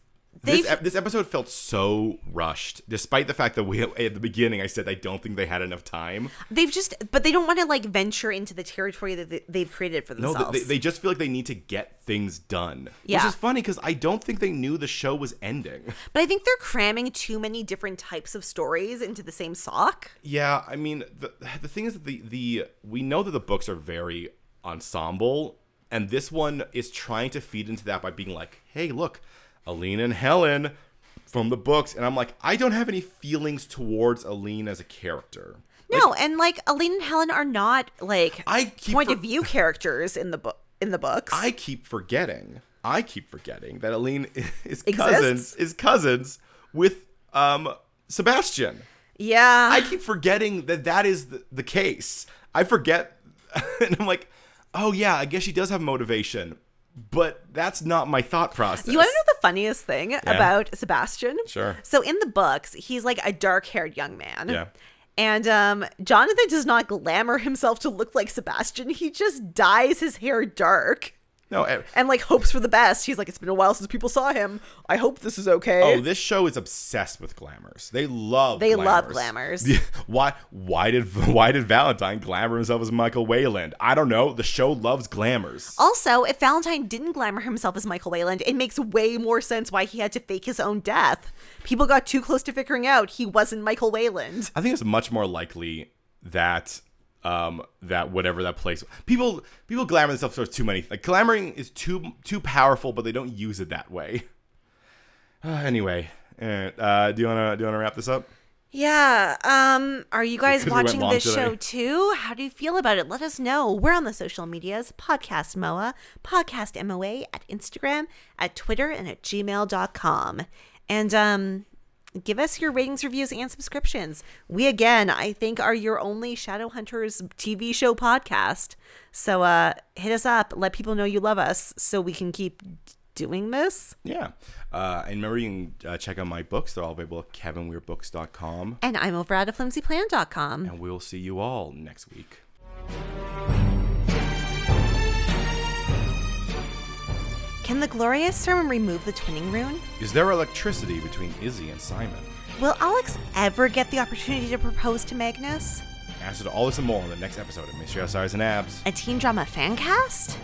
They've-
this, ep- this episode felt so rushed, despite the fact that we at the beginning I said I don't think they had enough time.
they've just but they don't want to like venture into the territory that they- they've created for
No,
themselves
they, they just feel like they need to get things done,
Yeah.
which is funny because I don't think they knew the show was ending.
But I think they're cramming too many different types of stories into the same sock.
Yeah, I mean the the thing is that the the we know that the books are very ensemble, and this one is trying to feed into that by being like, hey, look, Aline and Helen from the books, and I'm like, I don't have any feelings towards Aline as a character.
No, and like Aline and Helen are not like
I keep
point
for-
of view characters in the book in the books.
I keep forgetting, I keep forgetting that Aline is
Exists?
cousins is cousins with um Sebastian.
yeah.
I keep forgetting that that is the, the case. I forget, and I'm like, oh yeah, I guess she does have motivation, but that's not my thought process.
you want to know the funniest thing about Sebastian?
Sure.
So in the books, he's like a dark-haired young man.
Yeah.
And um, Jonathan does not glamour himself to look like Sebastian. He just dyes his hair dark
no, eh,
and like hopes for the best. He's like, it's been a while since people saw him. I hope this is okay.
oh, this show is obsessed with glamours. They love
They love glamours.
The- why why did why did Valentine glamour himself as Michael Wayland? I don't know. The show loves glamours.
Also, if Valentine didn't glamour himself as Michael Wayland, it makes way more sense why he had to fake his own death. People got too close to figuring out he wasn't Michael Wayland.
I think it's much more likely that um that whatever that place people people glamour themselves for too many like glamoring is too too powerful but they don't use it that way. Uh, anyway, uh, uh, do you wanna do you wanna wrap this up?
Yeah. Um, are you guys
Because we went
watching
long
this
today.
show too? How do you feel about it? Let us know. We're on the social medias, podcast MOA, podcast MOA at Instagram, at Twitter, and at gmail.com. And um give us your ratings, reviews, and subscriptions. We again, I think, are your only Shadowhunters TV show podcast. So uh hit us up, let people know you love us so we can keep doing this.
Yeah, uh, and remember you can uh, check out my books. They're all available at kevinweirdbooks.com,
And I'm over at a flimsyplan.com.
and we'll see you all next week.
Can the glorious sermon remove the twinning rune?
Is there electricity between Izzy and Simon?
Will Alex ever get the opportunity to propose to Magnus?
Answer to all this and more on the next episode of Mystery Outsiders and Abs.
A teen drama fan cast?